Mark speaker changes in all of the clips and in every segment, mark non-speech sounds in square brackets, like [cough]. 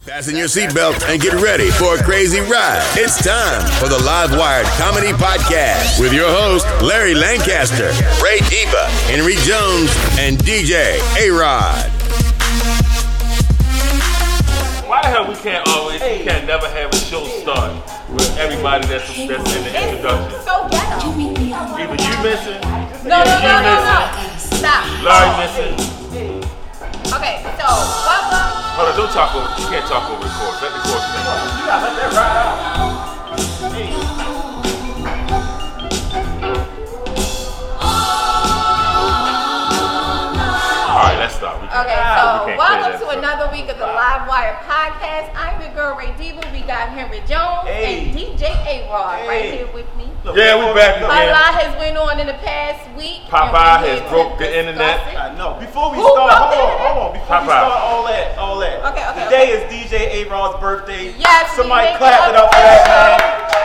Speaker 1: Fasten your seatbelt and get ready for a crazy ride. It's time for the Live Wired Comedy Podcast with your host, Larry Lancaster, Ray Diva, Henry Jones, and DJ A Rod.
Speaker 2: Why the hell we can't always, we can't never have a show start with everybody that's, that's in the introduction?
Speaker 3: so ghetto.
Speaker 2: Either you missing,
Speaker 3: No, no, no,
Speaker 2: you
Speaker 3: no, no.
Speaker 2: missing,
Speaker 3: Stop.
Speaker 2: Larry missing.
Speaker 3: Okay, so welcome.
Speaker 2: Hold on, don't talk over, you can't talk over the chorus. Let the chorus play. All right, let's stop. We can't-
Speaker 3: Okay,
Speaker 2: we
Speaker 3: so
Speaker 2: can't
Speaker 3: welcome
Speaker 2: play that.
Speaker 3: to another week of the Live Wire podcast. I'm your girl Ray Diva. We got Henry Jones and DJ A Rod right here with me.
Speaker 2: Yeah, we back
Speaker 3: A
Speaker 2: again.
Speaker 3: lot has went on in the past week.
Speaker 2: Popeye
Speaker 3: and we
Speaker 2: has
Speaker 3: here
Speaker 2: broke
Speaker 3: to
Speaker 2: the internet.
Speaker 3: discuss it.
Speaker 4: No, before we
Speaker 3: Who
Speaker 4: start,
Speaker 3: wrote
Speaker 4: hold on,
Speaker 3: that?
Speaker 4: hold on. Before we
Speaker 2: Pop out.
Speaker 4: start all that, all that.
Speaker 3: Okay, okay,
Speaker 4: Today is DJ A-Rod's birthday.
Speaker 3: Yes,
Speaker 4: Somebody
Speaker 3: we
Speaker 4: clap
Speaker 3: make
Speaker 4: it up for that man. The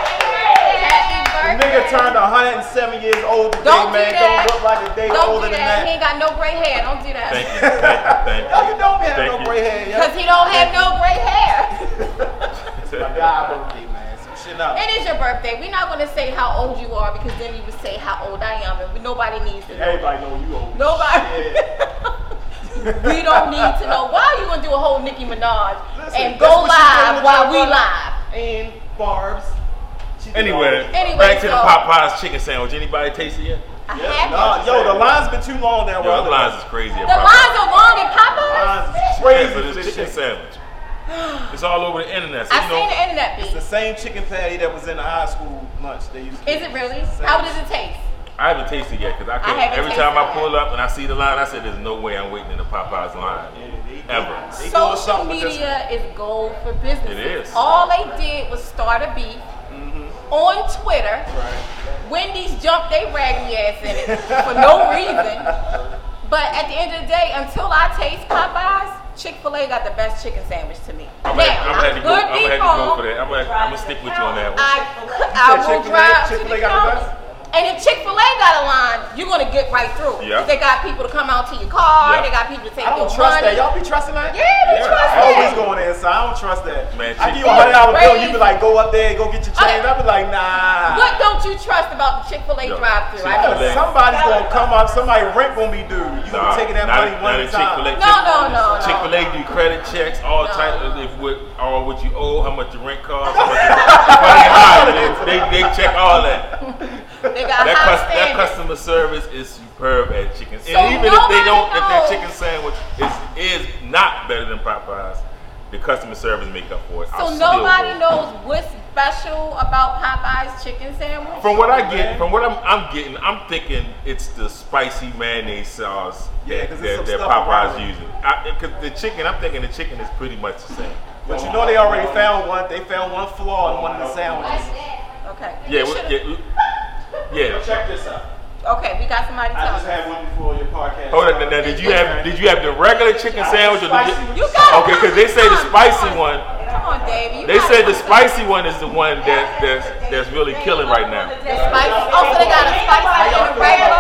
Speaker 3: Happy birthday.
Speaker 4: nigga turned 107 years old today,
Speaker 3: Don't do
Speaker 4: man.
Speaker 3: that.
Speaker 4: Don't look like a day
Speaker 3: Don't
Speaker 4: older
Speaker 3: do
Speaker 4: than
Speaker 3: that. He
Speaker 4: that.
Speaker 3: ain't got no gray hair. Don't do that.
Speaker 2: Thank you, thank you, thank
Speaker 3: [laughs]
Speaker 4: Oh, you don't have
Speaker 2: Thank
Speaker 4: no
Speaker 2: you.
Speaker 4: gray hair, yo.
Speaker 3: Because he don't have no gray hair.
Speaker 4: My God, birthday, man. Some shit up.
Speaker 3: It is your birthday. We're not gonna say how old you are because then you would say how old I am, and nobody needs to know.
Speaker 4: Everybody know you old.
Speaker 3: Nobody.
Speaker 4: Yeah.
Speaker 3: [laughs] we don't need to know. Why you gonna do a whole Nicki Minaj
Speaker 4: Listen,
Speaker 3: and
Speaker 4: that's
Speaker 3: go
Speaker 4: what she did
Speaker 3: live
Speaker 4: with
Speaker 3: while
Speaker 4: her
Speaker 3: we
Speaker 4: brother.
Speaker 3: live?
Speaker 4: And Barb's. She did
Speaker 2: Anyway,
Speaker 4: all-
Speaker 3: Anyway,
Speaker 2: back to the
Speaker 3: so-
Speaker 2: Popeyes chicken sandwich. Anybody taste it yet?
Speaker 3: I
Speaker 4: Yeah,
Speaker 3: have
Speaker 4: nah,
Speaker 3: it.
Speaker 4: yo, the line's been too long now.
Speaker 2: Yo, the lines is crazy.
Speaker 3: The lines are long at Popeyes.
Speaker 4: Line's
Speaker 2: crazy
Speaker 4: crazy.
Speaker 2: for this chicken sandwich. It's all over the internet. So
Speaker 3: I've
Speaker 2: you
Speaker 3: seen
Speaker 2: know,
Speaker 3: the internet
Speaker 4: The
Speaker 3: beat.
Speaker 4: same chicken patty that was in the high school lunch they used. to
Speaker 3: Is it really?
Speaker 4: Same.
Speaker 3: How does it taste?
Speaker 2: I haven't tasted it yet because I can't.
Speaker 3: haven't
Speaker 2: every time
Speaker 3: tasted
Speaker 2: I
Speaker 3: it.
Speaker 2: pull up and I see the line, I said, "There's no way I'm waiting in the Popeyes line ever."
Speaker 4: They doing
Speaker 3: Social
Speaker 4: something with this
Speaker 3: media is gold for business.
Speaker 2: It is. Mm-hmm.
Speaker 3: All they did was start a beef on Twitter. Wendy's jumped they raggedy ass in it for
Speaker 2: [laughs]
Speaker 3: no reason. But at the end of the day, until I taste Popeyes, Chick Fil A got the best chicken sandwich to me.
Speaker 2: I'm
Speaker 3: now,
Speaker 2: gonna, I'm gonna have to go. I'm
Speaker 3: could be
Speaker 2: gonna have to
Speaker 3: wrong.
Speaker 2: go for that. I'm gonna, I'm gonna stick with you on that one.
Speaker 3: I, could- [laughs] I will
Speaker 4: said Chick-fil-A-
Speaker 3: drive to
Speaker 4: Chick-fil-A
Speaker 3: the
Speaker 4: got the
Speaker 3: county. And if Chick Fil A got a line, you're gonna get right through.
Speaker 2: Yeah.
Speaker 3: They got people to come out to your car.
Speaker 2: Yeah.
Speaker 3: They got people to take
Speaker 4: I
Speaker 3: your
Speaker 4: don't
Speaker 3: money.
Speaker 4: trust that. Y'all be trusting that?
Speaker 3: Yeah, we trust
Speaker 4: I
Speaker 3: that.
Speaker 4: always go on the inside. I don't trust that.
Speaker 2: Man,
Speaker 4: I give
Speaker 2: chicken-
Speaker 4: you a hundred dollar bill,
Speaker 3: Crazy.
Speaker 4: you be like, go up there and go get your
Speaker 3: Okay.
Speaker 4: change. I be like, nah.
Speaker 3: What don't you trust about the Chick Fil A
Speaker 2: Yo,
Speaker 3: drive-through? I
Speaker 2: Chick-fil-A.
Speaker 3: don't.
Speaker 4: Yeah, Somebody's gonna come up. Somebody rent gonna be due. You
Speaker 2: Nah,
Speaker 4: be taking that
Speaker 2: not at-
Speaker 4: money
Speaker 2: not
Speaker 4: one at a
Speaker 2: at
Speaker 4: time.
Speaker 2: Chick-fil-A.
Speaker 3: No, no, no, no.
Speaker 2: Chick Fil A do credit checks, all
Speaker 3: No.
Speaker 2: type of if what, all what you owe, how much your rent costs. how much
Speaker 4: [laughs]
Speaker 2: your- how much your- they, they check all that.
Speaker 3: They got
Speaker 2: That,
Speaker 3: high
Speaker 2: cus- that
Speaker 3: standards.
Speaker 2: customer service is superb at chicken.
Speaker 3: Uh-huh. So
Speaker 2: and even if they
Speaker 3: nobody
Speaker 2: don't, if their
Speaker 3: knows.
Speaker 2: chicken sandwich is is not better than Popeyes, the customer service make up for it. I'll
Speaker 3: So
Speaker 2: still
Speaker 3: nobody
Speaker 2: go.
Speaker 3: knows what's special about Popeye's chicken sandwich.
Speaker 2: From what I get, from what I'm, I'm getting, I'm thinking it's the spicy mayonnaise sauce
Speaker 4: Yeah,
Speaker 2: that,
Speaker 4: 'cause there's
Speaker 2: that, that
Speaker 4: some stuff
Speaker 2: Popeyes
Speaker 4: around.
Speaker 2: using. I, Cause the chicken, I'm thinking the chicken is pretty much the same.
Speaker 4: But you know they already found one. They found one flaw in one of the sandwiches.
Speaker 3: Okay.
Speaker 2: Yeah,
Speaker 3: We
Speaker 2: we-
Speaker 3: should've-
Speaker 2: yeah, we- yeah.
Speaker 4: Check this out.
Speaker 3: Okay, we got somebody telling. us.
Speaker 4: had one before your podcast.
Speaker 2: Hold up, now did you have did you have the regular chicken sandwich or the?
Speaker 3: You got.
Speaker 2: Okay, 'cause they say the spicy one-
Speaker 3: Come on, Davey. you
Speaker 2: They
Speaker 3: gotta
Speaker 2: said the
Speaker 3: come-
Speaker 2: spicy one is the one that that's that's really killing right now.
Speaker 3: The spicy. Oh, so they got a spicy and a regular.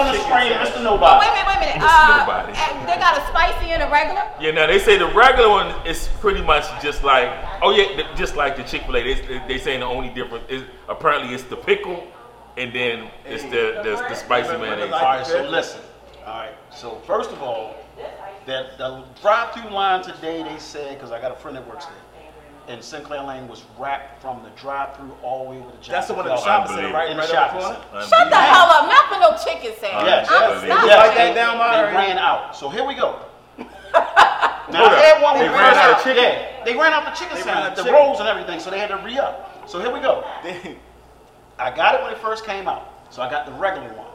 Speaker 4: on the screen, Mr. Nobody.
Speaker 3: Wait a minute, wait a minute.
Speaker 2: Mr.
Speaker 3: Uh,
Speaker 2: Nobody.
Speaker 3: and they got a spicy and a regular.
Speaker 2: Yeah, now they say the regular one is pretty much just like, oh yeah, th- just like the Chick Fil A. They, they, they saying the only difference is apparently it's the pickle, and then it's the the, the spicy
Speaker 5: All right,
Speaker 2: mayonnaise.
Speaker 5: so listen. All right, so first of all, that the drive-through line today, they said, because I got a friend that works there, and Sinclair Lane was wrapped from the drive-through all the way over the.
Speaker 4: That's the one in
Speaker 5: Jack-
Speaker 4: the shopping center, right?
Speaker 5: In the
Speaker 4: Right up
Speaker 5: shopping
Speaker 4: the corner?
Speaker 5: center.
Speaker 3: Shut the hell up. Not for no chicken sandwich.
Speaker 5: Yes,
Speaker 3: I'm
Speaker 2: yes,
Speaker 3: stopping.
Speaker 4: yes. Write that down,
Speaker 5: they
Speaker 4: Myra.
Speaker 5: ran out. So here
Speaker 3: [laughs]
Speaker 5: we go. now
Speaker 2: Hold
Speaker 5: I
Speaker 2: up.
Speaker 5: had one who
Speaker 2: They ran out of chicken?
Speaker 5: Yeah, they ran out the chicken
Speaker 4: They ran out
Speaker 5: sandwich, the
Speaker 4: chicken.
Speaker 5: rolls and everything, so they had to re-up. So here
Speaker 4: [laughs]
Speaker 5: we go. I got it when it first came out, so I got the regular one.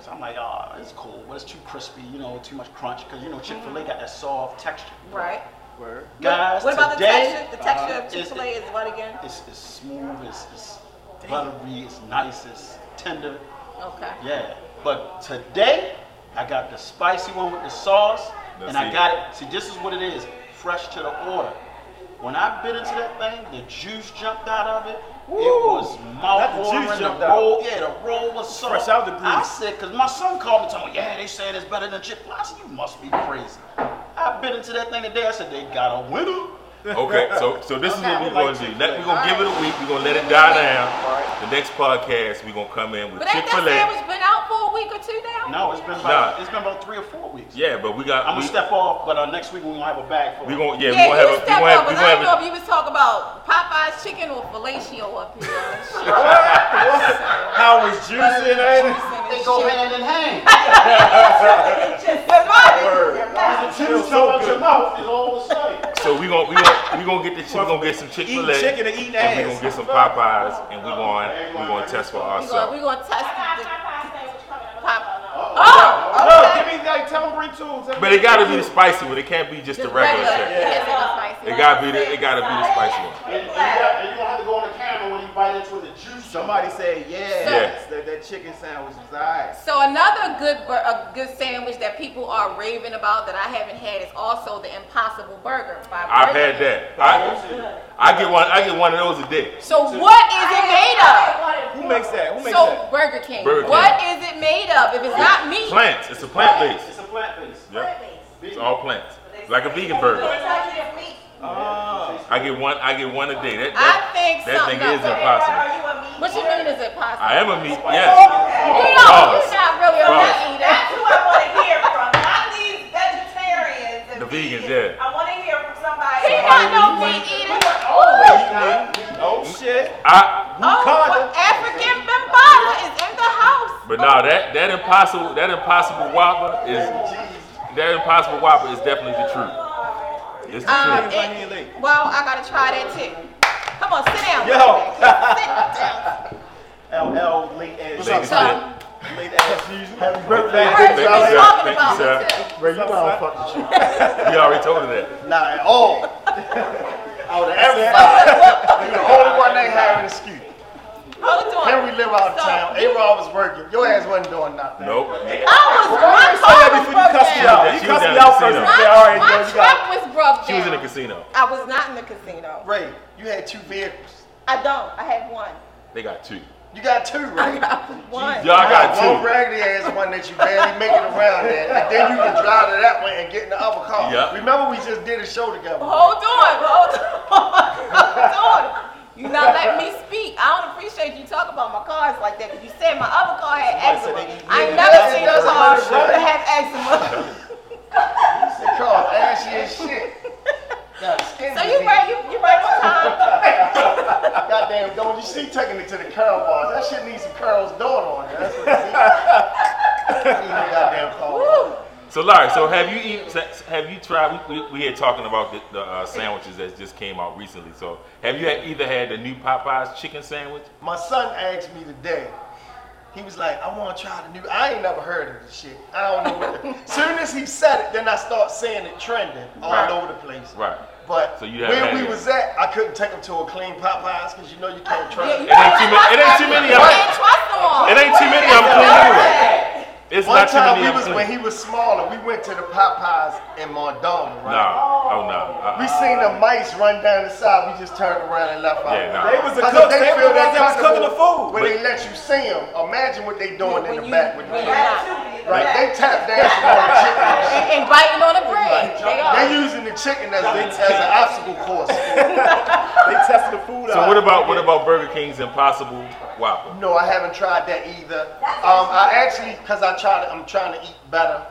Speaker 5: So I'm like, oh, it's cool, but it's too crispy, you know, too much crunch, because you know Chick Fil A got that soft texture.
Speaker 3: Right.
Speaker 5: Guys,
Speaker 3: What about the
Speaker 5: today,
Speaker 3: texture? The texture of
Speaker 5: uh,
Speaker 3: Chick Fil A is what again?
Speaker 5: It's, it's smooth, it's, it's buttery, it's nice, it's tender.
Speaker 3: Okay.
Speaker 5: Yeah, but today I got the spicy one with the sauce,
Speaker 2: Now,
Speaker 5: and
Speaker 2: see-
Speaker 5: I got it. See, this is what it is, fresh to the order. When I bit into that thing, the juice jumped out of it. it was
Speaker 4: not
Speaker 5: mouth
Speaker 4: the
Speaker 5: watering.
Speaker 4: juice
Speaker 5: The,
Speaker 4: jumped out.
Speaker 5: roll, yeah, the roll was so.
Speaker 4: Fresh out the grease.
Speaker 5: I said, because my son called me, told me, yeah, they saying it's better than Chick Fil A. I said, you must be crazy. I bit into that thing today. I said, they got a winner.
Speaker 2: Okay, so so this is
Speaker 5: Okay,
Speaker 2: what
Speaker 5: we
Speaker 2: we're going
Speaker 5: like
Speaker 2: to do. Let- We're going to
Speaker 3: Chick-fil-A.
Speaker 2: give it a week. We're going to let it die
Speaker 5: Alright.
Speaker 2: down. The next podcast, we're going to come in with
Speaker 3: But ain't
Speaker 2: Chick Fil
Speaker 3: that
Speaker 2: A.
Speaker 3: sandwich been out for a week or two now?
Speaker 5: No, it's been
Speaker 2: Nah.
Speaker 5: about it's been about three or four weeks.
Speaker 2: Yeah, but we got.
Speaker 5: I'm
Speaker 2: we,
Speaker 5: gonna step off, but uh, next week we gonna have a bag for.
Speaker 2: We
Speaker 5: it.
Speaker 2: going yeah,
Speaker 3: Yeah,
Speaker 2: we
Speaker 3: you
Speaker 2: gonna have a,
Speaker 3: was
Speaker 2: we
Speaker 3: step
Speaker 2: gonna have,
Speaker 3: up,
Speaker 2: we
Speaker 3: but I
Speaker 2: gonna
Speaker 3: don't know
Speaker 2: have
Speaker 3: if you was talking about Popeye's chicken or fellatio up [laughs] here.
Speaker 4: How was juicing and
Speaker 5: They go hand in hand. Two toes your mouth is all the same.
Speaker 2: a, so we gonna we gonna we gonna get the chick, we gonna get some Chick Fil
Speaker 4: eating
Speaker 2: A,
Speaker 4: chicken and eating
Speaker 2: and we gonna
Speaker 4: ass.
Speaker 2: get some Popeyes, and we going we gonna test for
Speaker 3: We're gonna,
Speaker 2: ourselves.
Speaker 3: we gonna test the, the pop.
Speaker 4: No,
Speaker 3: Oh,
Speaker 4: give
Speaker 3: okay.
Speaker 4: me like tell them bring tools.
Speaker 2: But it gotta be the spicy one. It can't be just the regular. chick.
Speaker 3: It has to be spicy.
Speaker 2: It gotta be the it gotta be the spicy one.
Speaker 5: And, and you got, and you gonna have to go on the camera when you bite into the juice.
Speaker 4: Somebody said yeah.
Speaker 2: Yeah.
Speaker 4: That, that chicken sandwich is alright.
Speaker 3: So another good bur- a good sandwich that people are raving about that I haven't had is also the Impossible Burger by
Speaker 2: I've
Speaker 3: Burger
Speaker 2: had that. I I get one I get one of those a day.
Speaker 3: King. So what is it made of?
Speaker 4: Who makes that? Who makes
Speaker 3: So
Speaker 4: that?
Speaker 3: Burger King.
Speaker 2: Burger King.
Speaker 3: What is it made of? If it's not meat,
Speaker 2: Plants. It's a plant
Speaker 5: It's
Speaker 2: base.
Speaker 5: a flat face.
Speaker 2: Yeah. It's all plants. Like a vegan burger.
Speaker 4: Oh.
Speaker 2: I get one I get one a day. That
Speaker 3: I
Speaker 2: that,
Speaker 3: think
Speaker 2: that
Speaker 3: something
Speaker 2: thing is
Speaker 3: up there.
Speaker 2: impossible.
Speaker 3: What you mean is it possible?
Speaker 2: I am a meat yes.
Speaker 3: Leo,
Speaker 2: Ross.
Speaker 3: you're not really a
Speaker 2: Ross.
Speaker 3: meat eater.
Speaker 2: The vegans, yeah.
Speaker 6: I want to hear from
Speaker 3: He
Speaker 6: somebody.
Speaker 3: not no meat eater.
Speaker 4: Oh shit.
Speaker 2: I
Speaker 3: Oh,
Speaker 4: Wakanda.
Speaker 3: African Bimbala is in the house.
Speaker 2: but no, that that impossible that impossible whopper is that impossible whopper is definitely the truth. It's the
Speaker 3: Um,
Speaker 2: truth.
Speaker 4: Everybody in late.
Speaker 3: it, well, I gotta try that too. Come on, sit down.
Speaker 4: Yo.
Speaker 3: Yo.
Speaker 5: LL late edge.
Speaker 2: Ladies
Speaker 3: so-
Speaker 2: and
Speaker 4: Late ass usual. Happy
Speaker 3: Heard you
Speaker 2: Thank you,
Speaker 3: been
Speaker 2: sir.
Speaker 3: talking
Speaker 2: Thank
Speaker 3: about
Speaker 2: you,
Speaker 3: it
Speaker 2: sir.
Speaker 3: too.
Speaker 7: Bro, you know I'm fucking shit.
Speaker 2: gentlemen, we already told her that.
Speaker 5: Not at all. Out of
Speaker 7: The only one they had an excuse.
Speaker 3: Hold on.
Speaker 7: Henry live out of
Speaker 3: So,
Speaker 7: town. A-Rod was working. Your ass wasn't doing nothing.
Speaker 2: Nope.
Speaker 3: I was, my
Speaker 4: you say
Speaker 3: car
Speaker 4: that
Speaker 3: was
Speaker 4: before you
Speaker 3: broke
Speaker 4: cuss me out?
Speaker 3: down.
Speaker 2: Yeah,
Speaker 4: You
Speaker 2: she
Speaker 4: cuss
Speaker 2: was
Speaker 4: me
Speaker 2: down
Speaker 4: out
Speaker 2: in
Speaker 4: first.
Speaker 2: the
Speaker 4: You
Speaker 2: casino.
Speaker 4: say, all right,
Speaker 3: My, my
Speaker 4: yo, you got.
Speaker 3: truck was broke
Speaker 2: She was in the
Speaker 3: down.
Speaker 2: casino.
Speaker 3: I was not in the casino.
Speaker 7: Ray, you had two vehicles.
Speaker 3: I don't, I had one.
Speaker 7: [laughs]
Speaker 2: They got two.
Speaker 7: You got two,
Speaker 3: I
Speaker 7: right?
Speaker 3: got one.
Speaker 2: Y'all got
Speaker 7: One
Speaker 2: two.
Speaker 7: raggedy ass one that you barely making around that, and then you can drive to that one and get in the other car.
Speaker 2: Yeah.
Speaker 7: Remember we just did a show together.
Speaker 3: Hold on, hold on, [laughs] hold on. You not letting me speak. I don't appreciate you talking about my cars like that. Cause you said my other car had eczema. I ain't never
Speaker 7: Yeah,
Speaker 3: seen a
Speaker 7: that's
Speaker 3: car
Speaker 7: right.
Speaker 3: that have eczema.
Speaker 7: The car ashy as shit. Got skin
Speaker 3: So you
Speaker 7: disease.
Speaker 3: right, you you right on time.
Speaker 7: Goddamn, don't you see taking it to the curl bars? That shit needs some curls doing on it. That's what it needs.
Speaker 5: [laughs]
Speaker 7: Need a goddamn curl bar.
Speaker 3: Woo.
Speaker 2: So Larry, so have you eaten? so- Have you tried? We, we, we had talking about the, the uh, sandwiches that just came out recently. So have you had, either had the new Popeyes chicken sandwich?
Speaker 7: My son asked me today. He was like, I want to try the new. I ain't never heard of this shit. I don't know
Speaker 4: [laughs]
Speaker 7: what. The, soon as he said it, then I start seeing it trending all
Speaker 2: Right.
Speaker 7: over the place.
Speaker 2: Right.
Speaker 7: But
Speaker 2: So you haven't
Speaker 7: where
Speaker 2: had
Speaker 7: we
Speaker 2: it.
Speaker 7: was at, I couldn't take him to a clean Popeyes because you know you can't
Speaker 3: Yeah,
Speaker 7: trust.
Speaker 3: you
Speaker 7: it.
Speaker 2: ain't too ma- it ain't too many of 'em.
Speaker 3: You can't trust them all.
Speaker 2: It ain't too many. I'm clean anyway. It's
Speaker 7: One
Speaker 2: not too
Speaker 7: time
Speaker 2: many.
Speaker 7: we
Speaker 2: I'm
Speaker 7: was
Speaker 2: clean.
Speaker 7: when he was smaller, we went to the Popeyes in Mondoma,
Speaker 2: No.
Speaker 7: right?
Speaker 2: Oh no.
Speaker 7: We
Speaker 2: Uh,
Speaker 7: seen the mice run down the side. We just turned around and left out.
Speaker 2: Yeah, nah.
Speaker 4: They was the
Speaker 7: Because
Speaker 4: cooks.
Speaker 7: if
Speaker 4: They were the ones that was cooking the food.
Speaker 7: comfortable When they let you see them, imagine what they doing
Speaker 3: When
Speaker 7: in the
Speaker 3: you-
Speaker 7: back with
Speaker 3: when you're
Speaker 7: you.
Speaker 3: not.
Speaker 7: Right, they tap dancing on the chicken. and shit.
Speaker 3: And, and biting on the bread. They are.
Speaker 7: They using the chicken as, they, as an obstacle course.
Speaker 4: They tested the food out.
Speaker 2: so what about what about Burger King's Impossible Whopper?
Speaker 7: No, I haven't tried that either. Um, I actually, cause I tried it, I'm trying to eat better,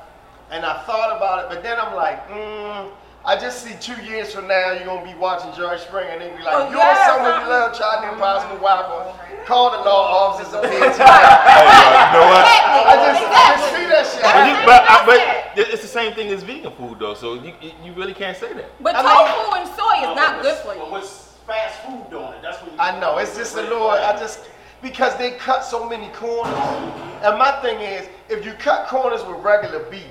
Speaker 7: and I thought about it, but then I'm like, mm, I just see two years from now you're gonna be watching George Springer and they be like,
Speaker 3: Oh,
Speaker 7: you
Speaker 3: yes,
Speaker 7: want something
Speaker 3: I-
Speaker 7: you love, tried the impossible whopper, call the law officers up
Speaker 3: [laughs]
Speaker 7: here.
Speaker 2: Hey, uh, you know what?
Speaker 7: I just, I just see
Speaker 3: Exactly.
Speaker 7: that shit.
Speaker 2: But,
Speaker 7: I-
Speaker 2: you, but, I, but it- it's the same thing as vegan food though. So you you- you really can't say that.
Speaker 3: But
Speaker 7: I mean-
Speaker 3: tofu and soy is not good for you.
Speaker 5: What's fast food doing it? That's what you
Speaker 7: I know. It's just a little. I just because they cut so many corners. And my thing is, if you cut corners with regular beef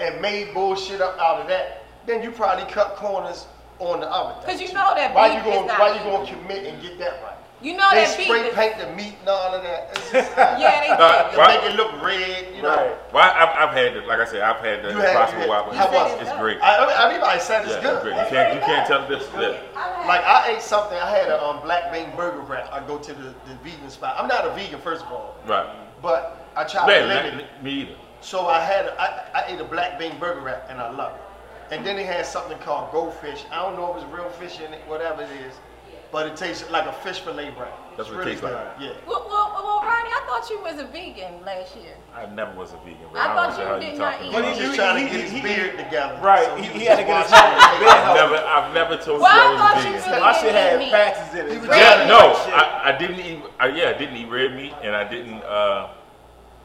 Speaker 7: and made bullshit up out of that, then you probably cut corners on the other thing.
Speaker 3: Cause you know that
Speaker 7: Why you
Speaker 3: beef
Speaker 7: gonna
Speaker 3: is
Speaker 7: Why you
Speaker 3: not.
Speaker 7: gonna commit and get that right?
Speaker 3: You know
Speaker 7: They
Speaker 3: that beef
Speaker 7: spray
Speaker 3: is.
Speaker 7: paint the meat and all of that. It's just, uh,
Speaker 3: Yeah, they
Speaker 2: Uh,
Speaker 3: do.
Speaker 7: they
Speaker 2: why-
Speaker 7: make it look red. You know.
Speaker 4: Right.
Speaker 2: Well, I've, I've had the, like I said, I've had the
Speaker 7: You had-
Speaker 2: Impossible
Speaker 7: you had-
Speaker 2: Whopper.
Speaker 7: how was
Speaker 3: it?
Speaker 2: It's great.
Speaker 7: I, I- everybody said it's
Speaker 2: Yeah, it's
Speaker 7: good.
Speaker 2: great. You can't you can't tell the difference. Yeah.
Speaker 7: Like I ate something. I had a um, black bean burger wrap. I go to the, the vegan spot. I'm not a vegan, first of all,
Speaker 2: Right.
Speaker 7: but I try to
Speaker 2: Man,
Speaker 7: limit it.
Speaker 2: not- me either.
Speaker 7: So I had I, I ate a black bean burger wrap and I love it. And then they had something called goldfish. I don't know if it's real fish in it, whatever it is, but it tastes like a fish fillet wrap.
Speaker 2: That's
Speaker 7: It's
Speaker 2: what it tastes
Speaker 7: good.
Speaker 2: like.
Speaker 7: Yeah.
Speaker 3: Well, well, well, Ronnie, I thought you was a vegan last year.
Speaker 2: I never was a vegan. but
Speaker 3: I
Speaker 2: don't
Speaker 3: thought
Speaker 2: know
Speaker 3: you
Speaker 2: how talking
Speaker 3: did not eat.
Speaker 2: about.
Speaker 7: But he was just
Speaker 4: He-
Speaker 7: trying
Speaker 4: he-
Speaker 7: to get his
Speaker 4: he-
Speaker 7: beard together.
Speaker 4: Right,
Speaker 7: So
Speaker 4: he,
Speaker 7: was
Speaker 4: he had to
Speaker 7: just
Speaker 4: get his
Speaker 7: watching
Speaker 4: head
Speaker 7: it.
Speaker 2: I've never, I've never told
Speaker 3: Well,
Speaker 2: you
Speaker 3: I
Speaker 2: I
Speaker 3: thought
Speaker 2: was
Speaker 3: you
Speaker 2: vegan.
Speaker 3: really
Speaker 4: My shit
Speaker 3: didn't eat
Speaker 4: had
Speaker 3: meat.
Speaker 4: patches in it.
Speaker 7: He was
Speaker 4: so-
Speaker 7: just-
Speaker 2: Yeah,
Speaker 7: Red
Speaker 2: no,
Speaker 4: meat.
Speaker 2: I, I didn't eat. I, yeah, I didn't eat red meat, and I didn't. Uh,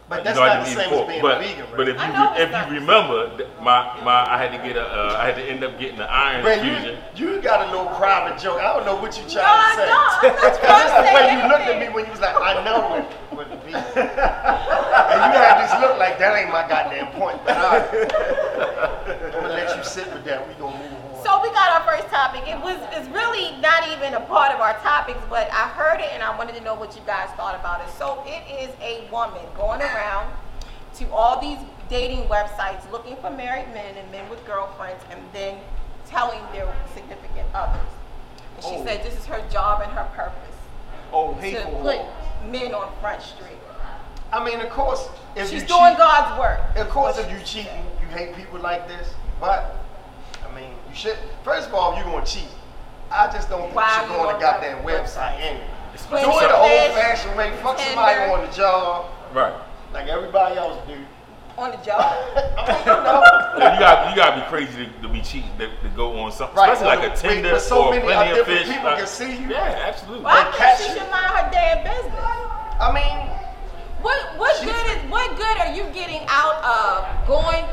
Speaker 7: But that's
Speaker 2: no, I
Speaker 7: not the
Speaker 2: didn't eat
Speaker 7: same
Speaker 2: pork.
Speaker 7: as being
Speaker 2: but,
Speaker 7: a vegan, right?
Speaker 2: but if
Speaker 3: I
Speaker 2: you
Speaker 3: know
Speaker 2: re- if
Speaker 3: it's not.
Speaker 2: you remember, th- my my I had to get a uh, I had to end up getting an iron
Speaker 7: Bro,
Speaker 2: infusion.
Speaker 7: you, you got a little private joke. I don't know what you
Speaker 3: No,
Speaker 7: trying to
Speaker 3: I don't.
Speaker 7: say. [laughs]
Speaker 3: I'm not
Speaker 7: That's the
Speaker 3: trying to
Speaker 7: way
Speaker 3: say
Speaker 7: you looked at me
Speaker 3: anything.
Speaker 7: when you was like, I know it wouldn't be. And you had this look like that ain't my goddamn point. But all right. [laughs] I'm gonna let you sit with that. We gonna move on.
Speaker 3: So we got our first topic. It was it's really not even a part of our topics, but I heard it and I wanted to know what you guys thought about it. So it is a woman going around to all these dating websites looking for married men and men with girlfriends and then telling their significant others. And
Speaker 7: Oh.
Speaker 3: she said this is her job and her purpose
Speaker 4: Oh,
Speaker 3: to
Speaker 4: hateful.
Speaker 3: put men on front street.
Speaker 7: I mean, of course, if
Speaker 3: She's
Speaker 7: you
Speaker 3: doing
Speaker 7: cheat,
Speaker 3: God's work.
Speaker 7: Of course, if you cheating, you hate people like this. But I mean, you should. First of all, you gonna cheat. I just don't
Speaker 3: Why
Speaker 7: think you
Speaker 3: you
Speaker 7: should go on a
Speaker 3: gonna-
Speaker 7: goddamn website anyway. Do
Speaker 3: When
Speaker 7: it
Speaker 3: you
Speaker 7: the
Speaker 3: said-
Speaker 7: old-fashioned way. Fuck somebody
Speaker 3: Tinder.
Speaker 7: on the job,
Speaker 2: Right.
Speaker 7: like everybody else do.
Speaker 3: on the
Speaker 7: [laughs]
Speaker 3: job.
Speaker 7: I mean, you know.
Speaker 2: Yeah, you got you got to be crazy to, to be cheating to, to go on something,
Speaker 7: Right,
Speaker 2: especially like
Speaker 7: but-
Speaker 2: a Tinder
Speaker 7: but so
Speaker 2: or
Speaker 7: many
Speaker 2: plenty of
Speaker 7: different
Speaker 2: fish.
Speaker 7: people
Speaker 2: like-
Speaker 7: can see you.
Speaker 2: Yeah, absolutely.
Speaker 3: Well, I think
Speaker 7: catch
Speaker 3: she
Speaker 7: you.
Speaker 3: should mind her damn business.
Speaker 7: I mean,
Speaker 3: What what
Speaker 7: She-
Speaker 3: good is what good are you getting out of going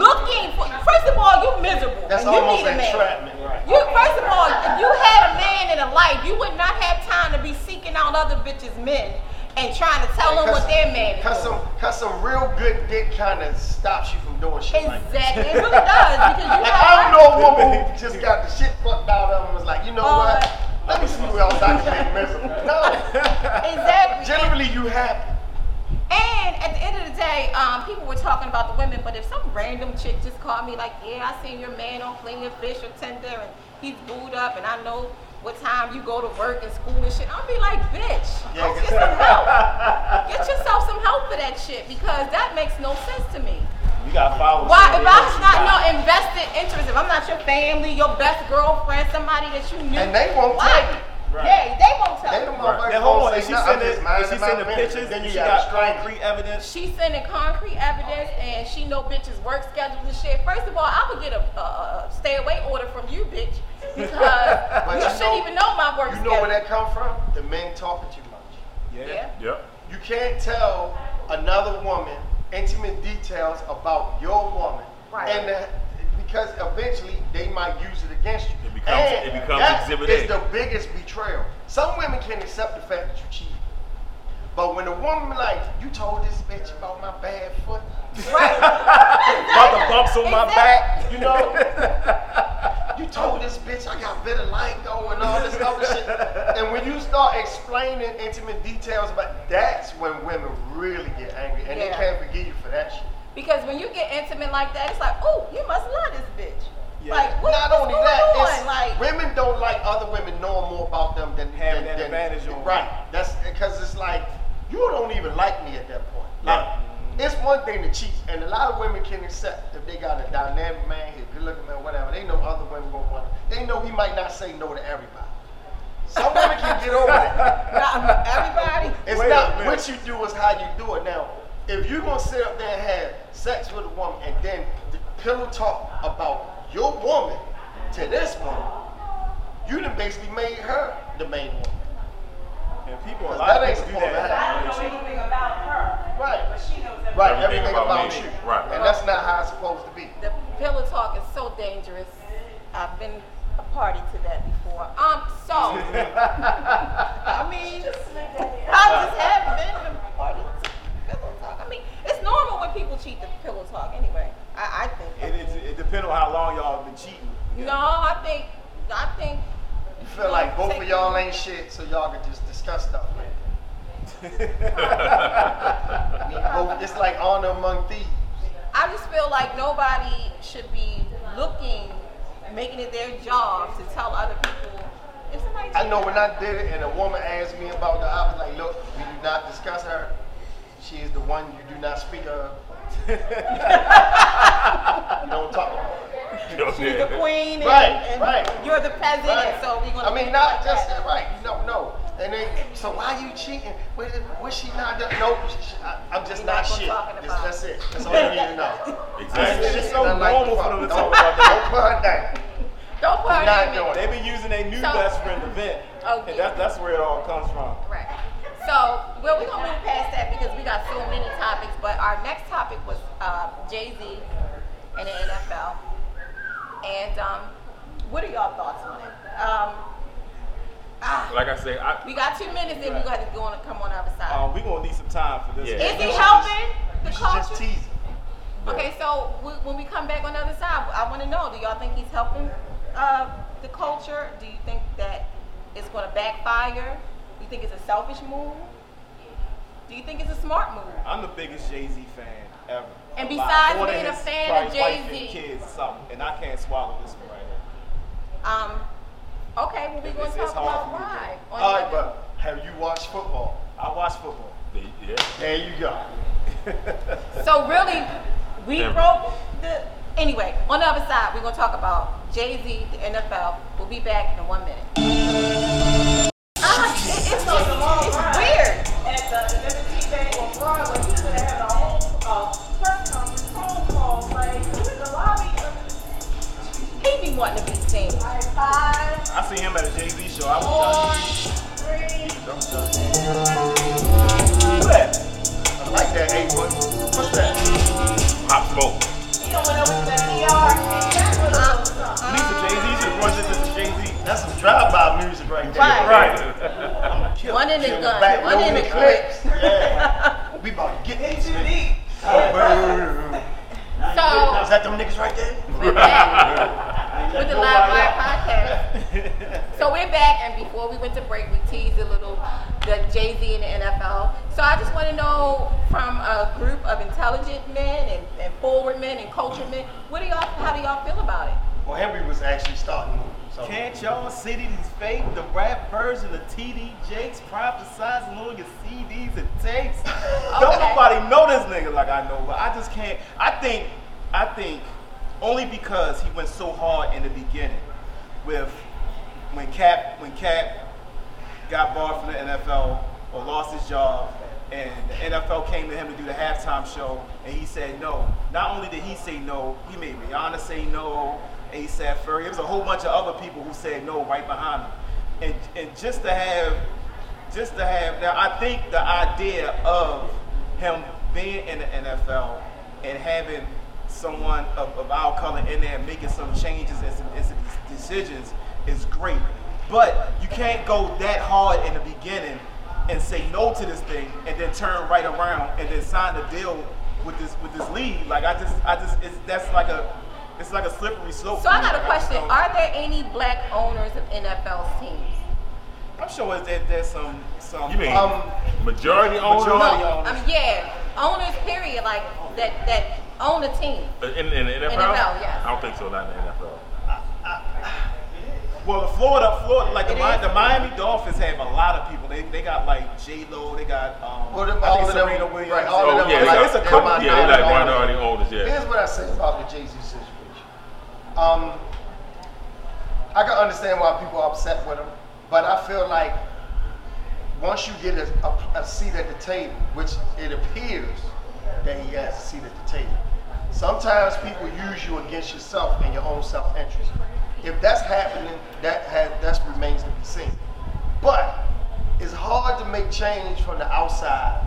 Speaker 3: looking for? First of all, you're miserable.
Speaker 7: that's
Speaker 3: and you
Speaker 7: almost
Speaker 3: need a man.
Speaker 7: entrapment, right?
Speaker 3: You first of all, if you had a man in a life, you would not have time to be seeking out other bitches' men and trying to tell them what their man is.
Speaker 7: Cause
Speaker 3: doing.
Speaker 7: some, cause some real good dick kind of stops you from doing shit like that.
Speaker 3: Exactly, it really does because you
Speaker 7: Like
Speaker 3: got
Speaker 7: [laughs] I don't know a woman who just got the shit fucked out of him and was like, you know
Speaker 3: Uh,
Speaker 7: what? Let me see who else I can make miserable.
Speaker 3: [laughs]
Speaker 7: No,
Speaker 3: exactly.
Speaker 7: generally you happy.
Speaker 3: And at the end of the day, um, people were talking about the women, but if some random chick just called me like, yeah, I seen your man on Fling and Fish or Tinder and he's booed up and I know what time you go to work and school and shit, I'll be like, bitch,
Speaker 7: Yeah,
Speaker 3: go get some help. Get yourself some help for that shit because that makes no sense to me.
Speaker 4: You got followers.
Speaker 3: Why, if I was not no invested interest, if I'm not your family, your best girlfriend, somebody that you knew,
Speaker 7: And they won't
Speaker 3: why?
Speaker 7: tell you.
Speaker 3: Yeah, they won't tell you.
Speaker 7: They the
Speaker 4: Now
Speaker 7: motherfuckers gonna
Speaker 4: hold on,
Speaker 7: say,
Speaker 4: is she
Speaker 7: "Nah, I'm
Speaker 4: sending,
Speaker 7: just minding
Speaker 4: is she
Speaker 7: my
Speaker 4: sending
Speaker 7: business."
Speaker 4: pictures?
Speaker 7: Then you
Speaker 4: she
Speaker 7: got
Speaker 4: got
Speaker 7: strangled.
Speaker 4: concrete evidence.
Speaker 3: She's sending concrete evidence and she know bitches work schedules and shit. First of all, I would get a, a, a stay away order from you, bitch, because
Speaker 7: [laughs]
Speaker 3: you
Speaker 7: you
Speaker 3: shouldn't
Speaker 7: know-
Speaker 3: even know my work
Speaker 7: You
Speaker 3: schedule.
Speaker 7: know where that come from? The men talking too much.
Speaker 3: yeah.
Speaker 2: Yep.
Speaker 7: You can't tell another woman intimate details about your woman,
Speaker 3: Right.
Speaker 7: and the, because eventually they might use it against you.
Speaker 2: It becomes- it
Speaker 7: And
Speaker 2: becomes
Speaker 7: that
Speaker 2: Exhibit
Speaker 7: is
Speaker 2: A.
Speaker 7: the biggest betrayal. Some women can accept the fact that you cheated, but when a woman like you told this bitch about my bad foot,
Speaker 4: About the bumps on my
Speaker 3: Exactly.
Speaker 4: back.
Speaker 7: you know, you told this bitch I got vitiligo and all this other shit, and when you start explaining intimate details, but that's when women really get angry and
Speaker 3: Yeah.
Speaker 7: they can't forgive you for that shit.
Speaker 3: Because when you get intimate like that, it's like, oh, you must love this bitch.
Speaker 4: Yeah.
Speaker 3: Like, what,
Speaker 7: Not
Speaker 3: what's
Speaker 7: only
Speaker 3: going
Speaker 7: that,
Speaker 3: on?
Speaker 7: it's-
Speaker 3: Like,
Speaker 7: women don't like other women knowing more about them than
Speaker 4: Having
Speaker 7: than-
Speaker 4: that
Speaker 7: than-
Speaker 4: advantage on.
Speaker 7: Right. That's because it's like you don't even like me at that point. Like
Speaker 2: Right.
Speaker 7: it's one thing to cheat, and a lot of women can accept if they got a dynamic man, he's good looking man, whatever. They know other women gonna want. it. They know he might not say no to everybody. Some women can get over that. [laughs]
Speaker 3: not everybody.
Speaker 7: It's
Speaker 4: Wait a
Speaker 7: not
Speaker 4: minute.
Speaker 7: what you do, it's how you do it. Now, if you're gonna sit up there and have sex with a woman and then the pillow talk about your woman to this woman, you done basically made her the main woman.
Speaker 4: And people, a
Speaker 7: Cause
Speaker 4: lot
Speaker 7: that
Speaker 4: of
Speaker 7: ain't
Speaker 4: people do
Speaker 7: supposed to
Speaker 4: that.
Speaker 7: happen.
Speaker 6: anything about her,
Speaker 7: Right.
Speaker 6: she knows everything.
Speaker 7: Right,
Speaker 2: Everything
Speaker 7: everything,
Speaker 2: about
Speaker 7: about,
Speaker 2: me.
Speaker 7: you.
Speaker 2: Right.
Speaker 7: And that's not how it's supposed to be.
Speaker 3: The pillow talk is so dangerous. I've been a party to that before. Um, so
Speaker 7: [laughs]
Speaker 3: I mean, I just have been a party to pillow talk. I mean, it's normal when people cheat the pillow talk anyway. I, I think.
Speaker 4: It, it, it depends on how long y'all been cheating.
Speaker 3: No, I think, I think.
Speaker 7: You feel like both of y'all ain't shit, so y'all can just discuss
Speaker 2: [laughs]
Speaker 7: stuff. later. we both, it's like honor among thieves.
Speaker 3: I just feel like nobody should be looking, making it their job to tell other people if somebody.
Speaker 7: I know when I did it and a woman asked me about the I was like, look, we do not discuss her. She is the one [laughs] you do not speak of. you don't talk about her.
Speaker 2: You know,
Speaker 3: mean, and,
Speaker 7: Right,
Speaker 3: and
Speaker 7: right.
Speaker 3: you're the president,
Speaker 7: Right.
Speaker 3: so we're gonna.
Speaker 7: I
Speaker 3: make
Speaker 7: mean,
Speaker 3: it
Speaker 7: not
Speaker 3: like
Speaker 7: just
Speaker 3: that.
Speaker 7: that, right? No, no. And then, so why you cheating? What, what she not done? No, sh- I, I'm just
Speaker 3: We not
Speaker 7: not
Speaker 3: gonna
Speaker 7: shit.
Speaker 3: talking
Speaker 7: That's,
Speaker 3: about
Speaker 7: that's it. That's all you need to know.
Speaker 2: Exactly.
Speaker 4: It's so
Speaker 7: Nothing like the
Speaker 4: normal for
Speaker 7: fuck.
Speaker 4: them to
Speaker 7: Don't-
Speaker 4: talk about that.
Speaker 7: Don't
Speaker 3: Don't
Speaker 7: put her down.
Speaker 3: put her
Speaker 7: Not
Speaker 3: name in
Speaker 7: doing
Speaker 3: it.
Speaker 7: it.
Speaker 4: They've been using their new
Speaker 3: So-
Speaker 4: best friend event,
Speaker 3: Oh,
Speaker 4: and
Speaker 3: yeah.
Speaker 4: that's that's where it all comes from.
Speaker 3: Right. So, well, we're gonna move past that because we got so many topics. But our next topic was uh, Jay Z and the NFL. And um, what are y'all thoughts on it? Um, ah,
Speaker 2: Like I say, I,
Speaker 3: we got two minutes, then we got to go on and come on the other side.
Speaker 4: Um, we gonna need some time for this.
Speaker 2: Yeah.
Speaker 3: Is he helping the
Speaker 7: You should just
Speaker 3: culture?
Speaker 7: tease.
Speaker 3: Okay, so we, when we come back on the other side, I want to know: Do y'all think he's helping uh, the culture? Do you think that it's going to backfire? Do you think it's a selfish move? Do you think it's a smart move?
Speaker 4: I'm the biggest Jay Z fan ever.
Speaker 3: And
Speaker 4: Alive.
Speaker 3: besides
Speaker 4: More than
Speaker 3: being a
Speaker 4: his
Speaker 3: fan
Speaker 4: wife-
Speaker 3: of
Speaker 4: wife and
Speaker 3: Jay-Z.
Speaker 4: kids, or something, and I can't swallow this one right here.
Speaker 3: Um, okay, well, we're
Speaker 4: It's-
Speaker 3: going to
Speaker 4: it's
Speaker 3: talk
Speaker 4: hard
Speaker 3: about
Speaker 4: for me to
Speaker 3: why. on
Speaker 7: All
Speaker 3: the
Speaker 7: right,
Speaker 3: other-
Speaker 7: but have you watched football?
Speaker 4: I watch football.
Speaker 2: yeah,
Speaker 7: There you go.
Speaker 3: So really, we
Speaker 2: Yeah.
Speaker 3: broke the. Anyway, on the other side, we're going to talk about Jay Z, the NFL. We'll be back in one minute. Ah, it- it's, it's, it's weird.
Speaker 6: At the Liberty Day on Broadway, he could have had a whole uh, press conference, phone call, like, in the lobby of
Speaker 3: He be wanting to be seen.
Speaker 6: like five,
Speaker 4: I see him at a Jay Z show. I was
Speaker 6: four, three.
Speaker 4: done.
Speaker 7: I like that eight one. What's that?
Speaker 2: pop smoke.
Speaker 6: He don't went over to the ER. He got rid of him.
Speaker 4: At least the Jay Z should have brought this to Jay Z.
Speaker 7: That's some drive-by music right Um, there.
Speaker 3: Right.
Speaker 7: Kill-
Speaker 3: One in the
Speaker 7: kill
Speaker 3: gun,
Speaker 7: back,
Speaker 3: one
Speaker 7: no
Speaker 3: in the
Speaker 7: clips. Yeah. we about to get these. niggas. Oh,
Speaker 3: So,
Speaker 7: bro. Is that them niggas right there?
Speaker 3: we're back with the Live Wire podcast. So we're back, and before we went to break, we teased a little the Jay Z and the NFL. So I just want to know from a group of intelligent men and, and forward men and culture men, what do y'all, how do y'all feel about it?
Speaker 7: Well, Henry was actually starting. So.
Speaker 4: Can't y'all see these fake, the rap version of TD Jakes prophesizing on your CDs and
Speaker 3: [laughs]
Speaker 4: tapes? Don't
Speaker 3: Okay.
Speaker 4: nobody know this nigga like I know, but I just can't. I think, I think, only because he went so hard in the beginning with when Cap, when Cap got barred from the NFL or lost his job, and the NFL came to him to do the halftime show, and he said no. Not only did he say no, he made Rihanna say no, ASAP Ferry. There was a whole bunch of other people who said no right behind him, and and just to have, just to have. Now I think the idea of him being in the NFL and having someone of, of our color in there making some changes and some, and some decisions is great. But you can't go that hard in the beginning and say no to this thing and then turn right around and then sign a deal with this with this league. Like I just I just it's that's like a it's like a slippery slope.
Speaker 3: So I
Speaker 4: for me.
Speaker 3: got a
Speaker 4: Like, just
Speaker 3: question:
Speaker 4: don't-
Speaker 3: Are there any black owners of NFL teams?
Speaker 4: I'm sure that there's some some
Speaker 2: You mean
Speaker 7: Um,
Speaker 2: majority owner
Speaker 3: No,
Speaker 4: Majority
Speaker 3: I mean, um, yeah, owners. Period. Like that that own a team.
Speaker 2: in, in the NFL?
Speaker 3: NFL, yes.
Speaker 2: I don't think so. Not in the NFL.
Speaker 4: Well, the Florida, Florida, like the,
Speaker 3: It
Speaker 4: Mi-
Speaker 3: is.
Speaker 4: the Miami Dolphins have a lot of people. They, they got like J Lo, they got um,
Speaker 7: Well, them-
Speaker 4: I think
Speaker 7: all of them-
Speaker 4: Serena Williams.
Speaker 7: right, all of
Speaker 2: Oh
Speaker 7: them
Speaker 2: yeah,
Speaker 7: are
Speaker 2: they
Speaker 7: like-
Speaker 2: got
Speaker 4: it's a
Speaker 7: they're
Speaker 4: couple.
Speaker 7: my
Speaker 2: yeah, they like
Speaker 7: minority
Speaker 2: minority owners. Yeah,
Speaker 7: Here's what I say about the Jay Z situation. Um, I can understand why people are upset with him, but I feel like once you get a, a- a seat at the table, which it appears that he has a seat at the table, sometimes people use you against yourself and your own self interest. If that's happening, that has, that remains to be seen. But it's hard to make change from the outside.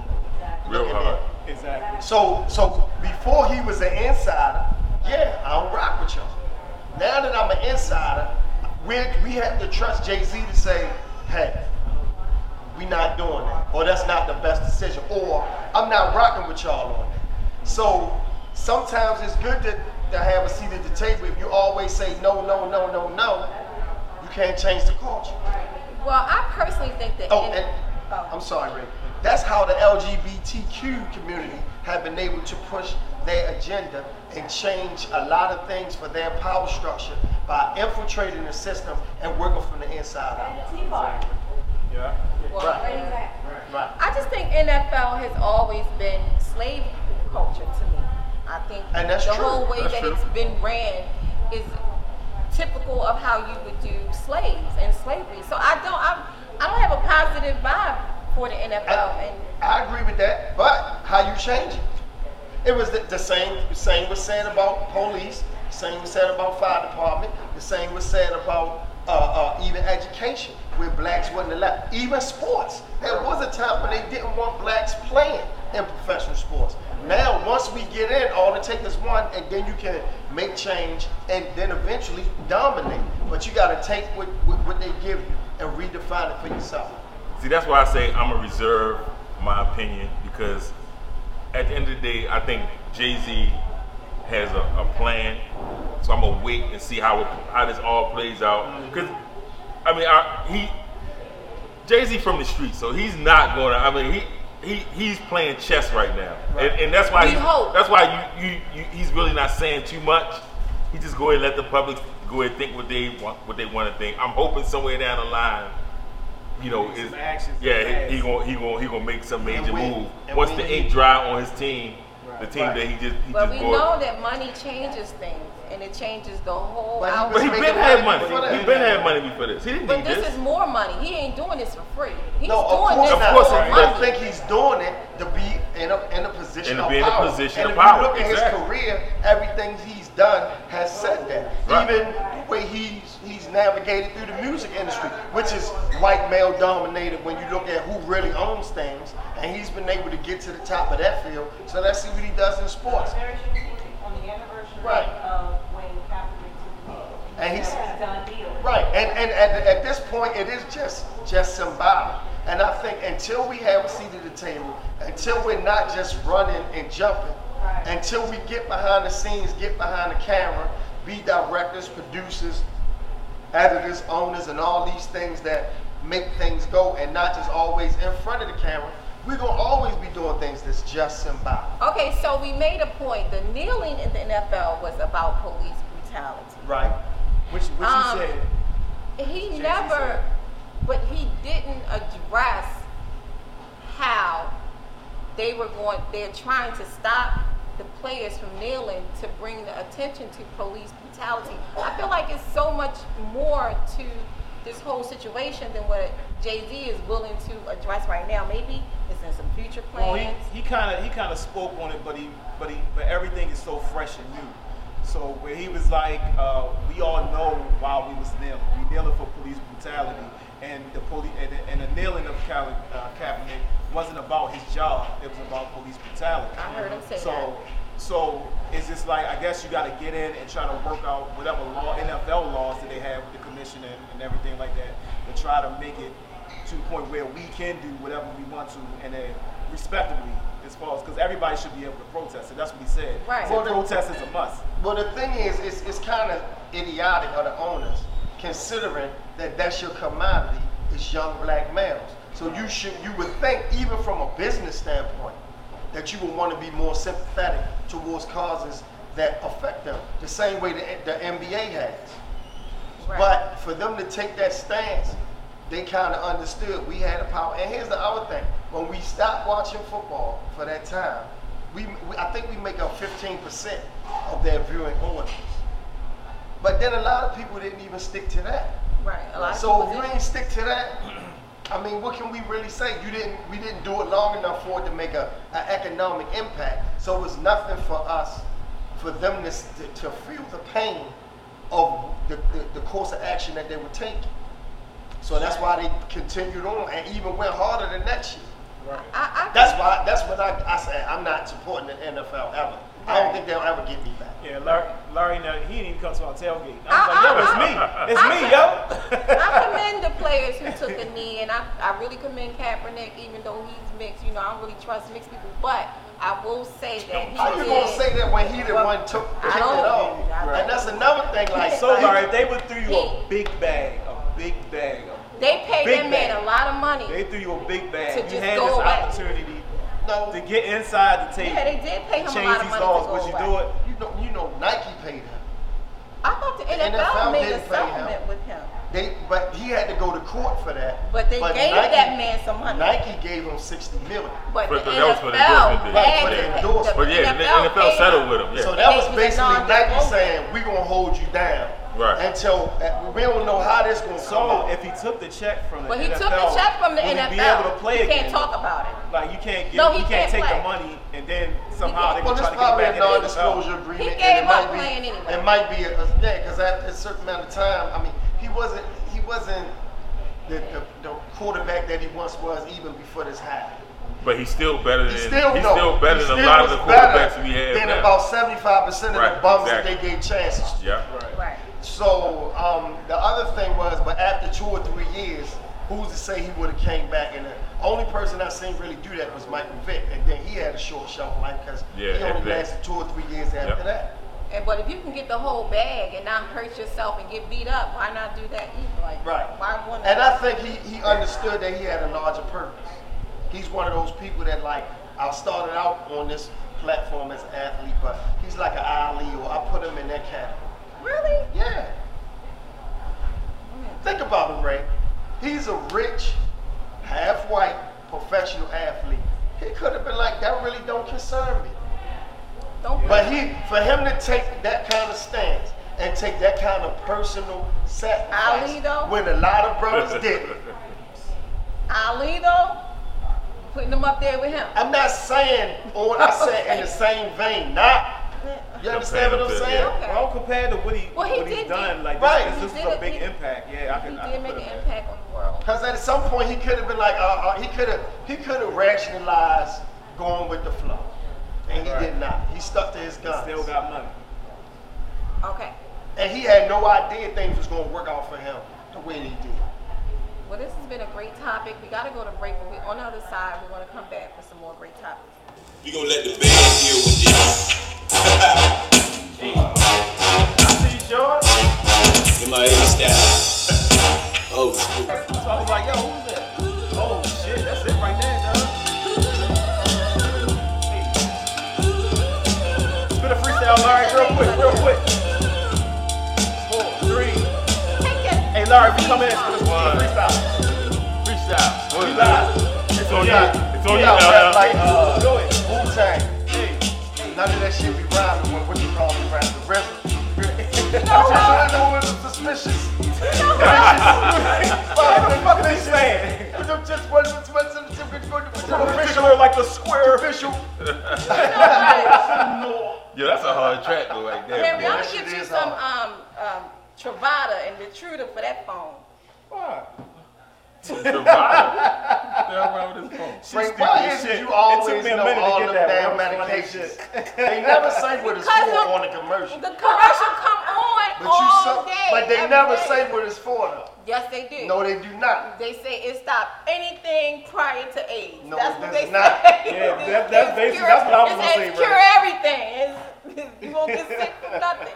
Speaker 2: real
Speaker 7: looking
Speaker 2: hard.
Speaker 7: in.
Speaker 4: Exactly.
Speaker 7: So, so before he was an insider, yeah, I don't rock with y'all. Now that I'm an insider, we we have to trust Jay Z to say, hey, we not doing that, or that's not the best decision, or I'm not rocking with y'all on that. So sometimes it's good to, to have a seat at the table. If you always say no, no, no, no, no, you can't change the culture.
Speaker 3: Well, I personally think that.
Speaker 7: Oh,
Speaker 3: in-
Speaker 7: and
Speaker 3: Oh.
Speaker 7: I'm sorry, Ray. That's how the LGBTQ community have been able to push their agenda and change a lot of things for their power structure by infiltrating the system and working from the inside out.
Speaker 6: And the T bar.
Speaker 4: Yeah.
Speaker 3: Well,
Speaker 7: Right.
Speaker 6: Exactly.
Speaker 7: Right.
Speaker 3: I just think NFL has always been slave culture to me. I think
Speaker 7: And that's
Speaker 3: the
Speaker 7: true.
Speaker 3: whole way
Speaker 2: That's
Speaker 3: that
Speaker 2: true.
Speaker 3: it's been ran is typical of how you would do slaves and slavery. So I don't, I'm, I don't have a positive vibe for the NFL.
Speaker 7: I,
Speaker 3: And
Speaker 7: I agree with that, but how you change it? It was the, the same. The same was said about police. Same was said about fire department. The same was said about uh, uh, even education, where blacks wasn't allowed. Even sports. There was a time when they didn't want blacks playing in professional sports. Now, once we get in, all it takes is one, and then you can make change, and then eventually dominate. But you got to take what, what what they give you and redefine it for yourself.
Speaker 2: See, that's why I say I'm gonna reserve my opinion because at the end of the day, I think Jay Z has a, a plan. So I'm gonna wait and see how it, how this all plays out. Because I mean, I, he Jay Z from the street, so he's not gonna. I mean, he. He, he's playing chess right now, and, and that's why
Speaker 3: We
Speaker 2: he-
Speaker 3: hope.
Speaker 2: that's why you, you, you he's really not saying too much. He just go ahead and let the public go ahead and think what they want what they want to think. I'm hoping somewhere down the line you know, is
Speaker 4: actions
Speaker 2: yeah,
Speaker 4: and
Speaker 2: he, he
Speaker 4: acts.
Speaker 2: gonna he gonna he gonna make some major
Speaker 7: And we-
Speaker 2: move
Speaker 7: and
Speaker 2: once
Speaker 7: we
Speaker 2: the
Speaker 7: need-
Speaker 2: ink dry on his team, the
Speaker 7: Right.
Speaker 2: team
Speaker 7: Right.
Speaker 2: that he just he
Speaker 3: but
Speaker 2: just
Speaker 3: we
Speaker 2: bought.
Speaker 3: know that money changes things, and it changes the whole.
Speaker 7: But he
Speaker 3: outlook.
Speaker 2: But
Speaker 7: [laughs]
Speaker 2: he
Speaker 7: Making
Speaker 2: been had
Speaker 7: money
Speaker 2: money.
Speaker 7: before that.
Speaker 2: He been had money before this. He didn't
Speaker 3: But
Speaker 2: need
Speaker 3: this,
Speaker 2: this.
Speaker 3: is more money. He ain't doing this for free. He's
Speaker 7: No, of
Speaker 3: doing
Speaker 7: course
Speaker 3: this
Speaker 7: not.
Speaker 2: Of course
Speaker 3: for
Speaker 2: he
Speaker 3: money.
Speaker 7: I think he's doing it to be in a, in a
Speaker 2: And
Speaker 7: position
Speaker 2: to
Speaker 7: of
Speaker 2: be in a
Speaker 7: power.
Speaker 2: position of
Speaker 7: and if
Speaker 2: power,
Speaker 7: you look at
Speaker 2: exactly.
Speaker 7: his career, everything he's done has said that.
Speaker 2: Right.
Speaker 7: Even the way he's he's navigated through the music industry, which is white male dominated when you look at who really owns things, and he's been able to get to the top of that field. So let's see what he does in sports.
Speaker 6: Very strategic on the anniversary
Speaker 7: Right.
Speaker 6: of when Kaepernick took the knee.
Speaker 7: And he's-
Speaker 6: That's a done deal.
Speaker 7: Right, and, and, and at this point, it is just just symbolic. And I think until we have a seat at the table, until we're not just running and jumping,
Speaker 6: Right.
Speaker 7: until we get behind the scenes, get behind the camera, be directors, producers, editors, owners, and all these things that make things go, and not just always in front of the camera, we're gonna always be doing things that's just symbolic.
Speaker 3: Okay, so we made a point. The kneeling in the NFL was about police brutality.
Speaker 7: Right.
Speaker 4: Which, which
Speaker 3: Um,
Speaker 4: you said.
Speaker 3: He
Speaker 4: Jay-Z
Speaker 3: never,
Speaker 4: said.
Speaker 3: but he didn't address how they were going. They're trying to stop the players from kneeling to bring the attention to police brutality. I feel like it's so much more to this whole situation than what Jay Z is willing to address right now. Maybe it's in some future
Speaker 4: Well,
Speaker 3: plans.
Speaker 4: he, he kind of he kind of spoke on it, but he but he but everything is so fresh and new. So where he was like, uh, we all know why we was kneeling. We kneeling for police brutality, and the police and, the- and the kneeling of Cal- uh, Kaepernick wasn't about his job. It was about police brutality.
Speaker 3: I heard him say
Speaker 4: so,
Speaker 3: that.
Speaker 4: So it's just like I guess you got to get in and try to work out whatever law NFL laws that they have with the commission and, and everything like that to try to make it to the point where we can do whatever we want to and then respectably as far as because everybody should be able to protest and that's what he said.
Speaker 3: Right.
Speaker 4: He said protest is a must.
Speaker 7: Well, the thing is, it's, it's kind of idiotic of the owners, considering that that's your commodity is young black males. So you should, you would think, even from a business standpoint, that you would want to be more sympathetic towards causes that affect them, the same way the, the NBA has.
Speaker 3: Right.
Speaker 7: But for them to take that stance, they kind of understood we had a power. And here's the other thing: when we stop watching football for that time, we, we I think we make up 15% of their viewing audience. But then a lot of people didn't even stick to that.
Speaker 3: right. A lot of
Speaker 7: So
Speaker 3: people
Speaker 7: if you
Speaker 3: do.
Speaker 7: ain't stick to that, I mean, what can we really say? You didn't, we didn't do it long enough for it to make a, an economic impact. So it's nothing for us, for them to, s- to, to feel the pain of the, the, the course of action that they were taking. So that's why they continued on and even went harder than that year.
Speaker 3: I, I
Speaker 7: That's why, that's what I, I said, I'm not supporting the NFL ever. I don't think they'll ever get me back.
Speaker 4: Yeah, Larry, Larry now, he didn't even come to our tailgate.
Speaker 3: I-
Speaker 4: I [laughs] was like, yo, it's me. It's me, yo.
Speaker 3: [laughs] I commend the players who took a knee, and I, I really commend Kaepernick, even though he's mixed. You know, I don't really trust mixed people, but I will say that he
Speaker 7: How you
Speaker 3: did.
Speaker 7: gonna say that when he the
Speaker 3: Well,
Speaker 7: one took,
Speaker 3: I
Speaker 7: kicked it
Speaker 3: don't-
Speaker 7: off?
Speaker 3: I don't-
Speaker 7: And that's another thing, like.
Speaker 4: [laughs] so
Speaker 7: you-
Speaker 4: Larry, if they would threw you a big bag, a big bag, a,
Speaker 3: they paid
Speaker 4: Big
Speaker 3: that man
Speaker 4: man.
Speaker 3: a lot of money.
Speaker 4: they threw you a big bag.
Speaker 3: To
Speaker 4: you
Speaker 3: just
Speaker 4: had
Speaker 3: go
Speaker 4: this
Speaker 3: away.
Speaker 4: opportunity
Speaker 7: No,
Speaker 4: to get inside the table.
Speaker 3: yeah, they did pay him a
Speaker 4: change
Speaker 3: lot of
Speaker 4: these
Speaker 3: money.
Speaker 4: laws.
Speaker 3: to go
Speaker 4: Would you
Speaker 3: away.
Speaker 4: do it?
Speaker 7: You know, you know, Nike paid him.
Speaker 3: I thought the, NFL,
Speaker 7: NFL
Speaker 3: made a
Speaker 7: didn't pay him.
Speaker 3: settlement with him.
Speaker 7: They, but he had to go to court for that.
Speaker 3: But they gave that man some money.
Speaker 7: Nike gave him sixty million.
Speaker 3: But,
Speaker 2: But
Speaker 3: the
Speaker 2: that was for the endorsement deal.
Speaker 3: NFL had to
Speaker 7: Right, for the
Speaker 3: pay-
Speaker 7: endorsement.
Speaker 2: But yeah, the NFL
Speaker 3: paid him.
Speaker 2: settled with him. Yeah.
Speaker 7: So that
Speaker 3: They
Speaker 7: was
Speaker 3: gave him a
Speaker 7: basically Nike
Speaker 3: non-disclosure.
Speaker 7: saying, "We're gonna hold you down
Speaker 2: Right.
Speaker 7: until uh, we don't know how this gonna come
Speaker 4: So
Speaker 7: out.
Speaker 4: if he took the check from the
Speaker 3: But he
Speaker 4: NFL,
Speaker 3: took the check from the
Speaker 4: will
Speaker 3: NFL.
Speaker 4: He be able to play
Speaker 3: he can't
Speaker 4: again.
Speaker 3: talk about it.
Speaker 4: Like you can't get,
Speaker 3: No, he
Speaker 4: you can't,
Speaker 3: can't
Speaker 4: take
Speaker 3: play.
Speaker 4: the money and then somehow they
Speaker 7: Well,
Speaker 4: can try to
Speaker 7: it's
Speaker 4: get
Speaker 7: probably
Speaker 4: back
Speaker 7: a
Speaker 4: in the NFL.
Speaker 7: non-disclosure agreement.
Speaker 3: He
Speaker 7: and
Speaker 3: gave
Speaker 7: it might
Speaker 3: up
Speaker 7: be-
Speaker 3: playing anyway.
Speaker 7: It might be, a, yeah, because after a certain amount of time, I mean, he wasn't, he wasn't the, the, the quarterback that he once was even before this happened.
Speaker 2: But he's still better than
Speaker 7: He still,
Speaker 2: he's
Speaker 7: no,
Speaker 2: still better
Speaker 7: he
Speaker 2: than a
Speaker 7: still
Speaker 2: lot of
Speaker 7: was
Speaker 2: the
Speaker 7: better
Speaker 2: quarterbacks we have
Speaker 7: Than
Speaker 2: now.
Speaker 7: about seventy-five percent of the
Speaker 2: Right,
Speaker 7: bums that
Speaker 2: exactly.
Speaker 7: they gave chances to.
Speaker 2: yeah.
Speaker 3: Right.
Speaker 7: So um, the other thing was, but after two or three years, who's to say he would have came back? And the only person I seen really do that was Michael Vick, and then he had a short shelf life because
Speaker 2: Yeah,
Speaker 7: he only
Speaker 2: after that.
Speaker 7: lasted two or three years after
Speaker 2: Yeah.
Speaker 7: that.
Speaker 3: And but if you can get the whole bag and not hurt yourself and get beat up, why not do that either? Like
Speaker 7: Right.
Speaker 3: why wouldn't
Speaker 7: And I think he, he understood that he had a larger purpose. He's one of those people that like I started out on this platform as an athlete, but he's like an Ali or I put him in that category.
Speaker 3: really?
Speaker 7: Yeah. Think about him, Ray. He's a rich, half-white professional athlete. He could have been like, that really don't concern me.
Speaker 3: Don't
Speaker 7: But he, for him to take that kind of stance and take that kind of personal sacrifice,
Speaker 3: Ali, though?
Speaker 7: when a lot of brothers did.
Speaker 3: Ali though, putting him up there with him.
Speaker 7: I'm not saying, or I said in the same vein, not. You understand what I'm saying?
Speaker 3: Okay.
Speaker 4: Well, compared to what he
Speaker 3: Well, he
Speaker 4: what he's
Speaker 3: did
Speaker 4: done,
Speaker 3: do-
Speaker 4: like
Speaker 7: Right.
Speaker 4: this, this
Speaker 3: He
Speaker 4: is
Speaker 3: did
Speaker 4: a
Speaker 3: it.
Speaker 4: big
Speaker 3: He-
Speaker 4: impact. Yeah, I
Speaker 3: He
Speaker 4: can. I
Speaker 3: did
Speaker 4: can
Speaker 3: make an
Speaker 4: put it back.
Speaker 3: impact on the world.
Speaker 7: Because at some point he could have been like, uh, uh, he could have, he could have rationalized going with the flow, and he
Speaker 4: Right.
Speaker 7: did not. He stuck to his guns,
Speaker 4: Still got money.
Speaker 3: Okay.
Speaker 7: and he had no idea things was going to work out for him the way they did.
Speaker 3: Well, this has been a great topic. We got to go to break. When we on the other side, we're going to come back with some more great
Speaker 4: [laughs]
Speaker 3: topics.
Speaker 8: We gonna let the band deal with this.
Speaker 4: See, Sean?
Speaker 8: In my 80s style. Oh, school.
Speaker 4: So I was like, yo, who's that? Oh shit, that's it right there, dog. Spit a freestyle, Larry, real quick, real quick. Four, three.
Speaker 3: Take that.
Speaker 4: Hey, Larry, we come in. Spit a freestyle.
Speaker 2: Freestyle.
Speaker 4: We live.
Speaker 2: It's on you.
Speaker 7: Yeah.
Speaker 2: It's on you,
Speaker 7: Yeah,
Speaker 2: LL.
Speaker 7: like uh,
Speaker 4: Do it.
Speaker 7: Wu Tang. None of that shit we riding with. What you call it, riding the [laughs] rest. You know what? Suspicious. What the fuck
Speaker 4: they saying?
Speaker 7: Put them just one, just one, just one, just one, just one, just one.
Speaker 4: Official like the square.
Speaker 7: Official.
Speaker 2: [laughs] Yeah, that's a hard track though, right there.
Speaker 3: Henry,
Speaker 2: man.
Speaker 3: I'm
Speaker 7: that
Speaker 3: going to give
Speaker 7: shit
Speaker 3: you
Speaker 7: is
Speaker 3: some
Speaker 4: uh,
Speaker 3: um,
Speaker 7: hard.
Speaker 3: um, Travada and Retruda for that phone.
Speaker 2: Survival.
Speaker 3: [laughs]
Speaker 2: Yeah, wrong with this phone?
Speaker 4: stupid
Speaker 7: Frank, why is
Speaker 4: shit.
Speaker 7: it
Speaker 4: It
Speaker 7: you
Speaker 4: took
Speaker 7: always
Speaker 4: me a
Speaker 7: know
Speaker 4: minute to
Speaker 7: all
Speaker 4: get
Speaker 7: them
Speaker 4: that
Speaker 7: damn
Speaker 4: one funny
Speaker 7: medications?
Speaker 4: shit.
Speaker 7: They never say what it's for
Speaker 3: Because of-
Speaker 7: on the commercial.
Speaker 3: The commercial come on
Speaker 7: But you
Speaker 3: all
Speaker 7: say,
Speaker 3: day.
Speaker 7: but they
Speaker 3: every
Speaker 7: never
Speaker 3: day.
Speaker 7: say what it's for though.
Speaker 3: Yes, they do.
Speaker 7: No, they do not.
Speaker 3: They say it stopped anything prior to AIDS.
Speaker 7: No,
Speaker 3: that's
Speaker 7: it
Speaker 3: what
Speaker 7: does
Speaker 3: they
Speaker 7: not.
Speaker 3: say.
Speaker 4: Yeah, that-
Speaker 3: It's
Speaker 4: that's basic-
Speaker 3: cure-
Speaker 4: that's what I was
Speaker 3: it's-
Speaker 4: gonna
Speaker 3: It's
Speaker 4: say,
Speaker 3: cure
Speaker 4: bro.
Speaker 3: everything. It's, [laughs] you won't get sick from nothing.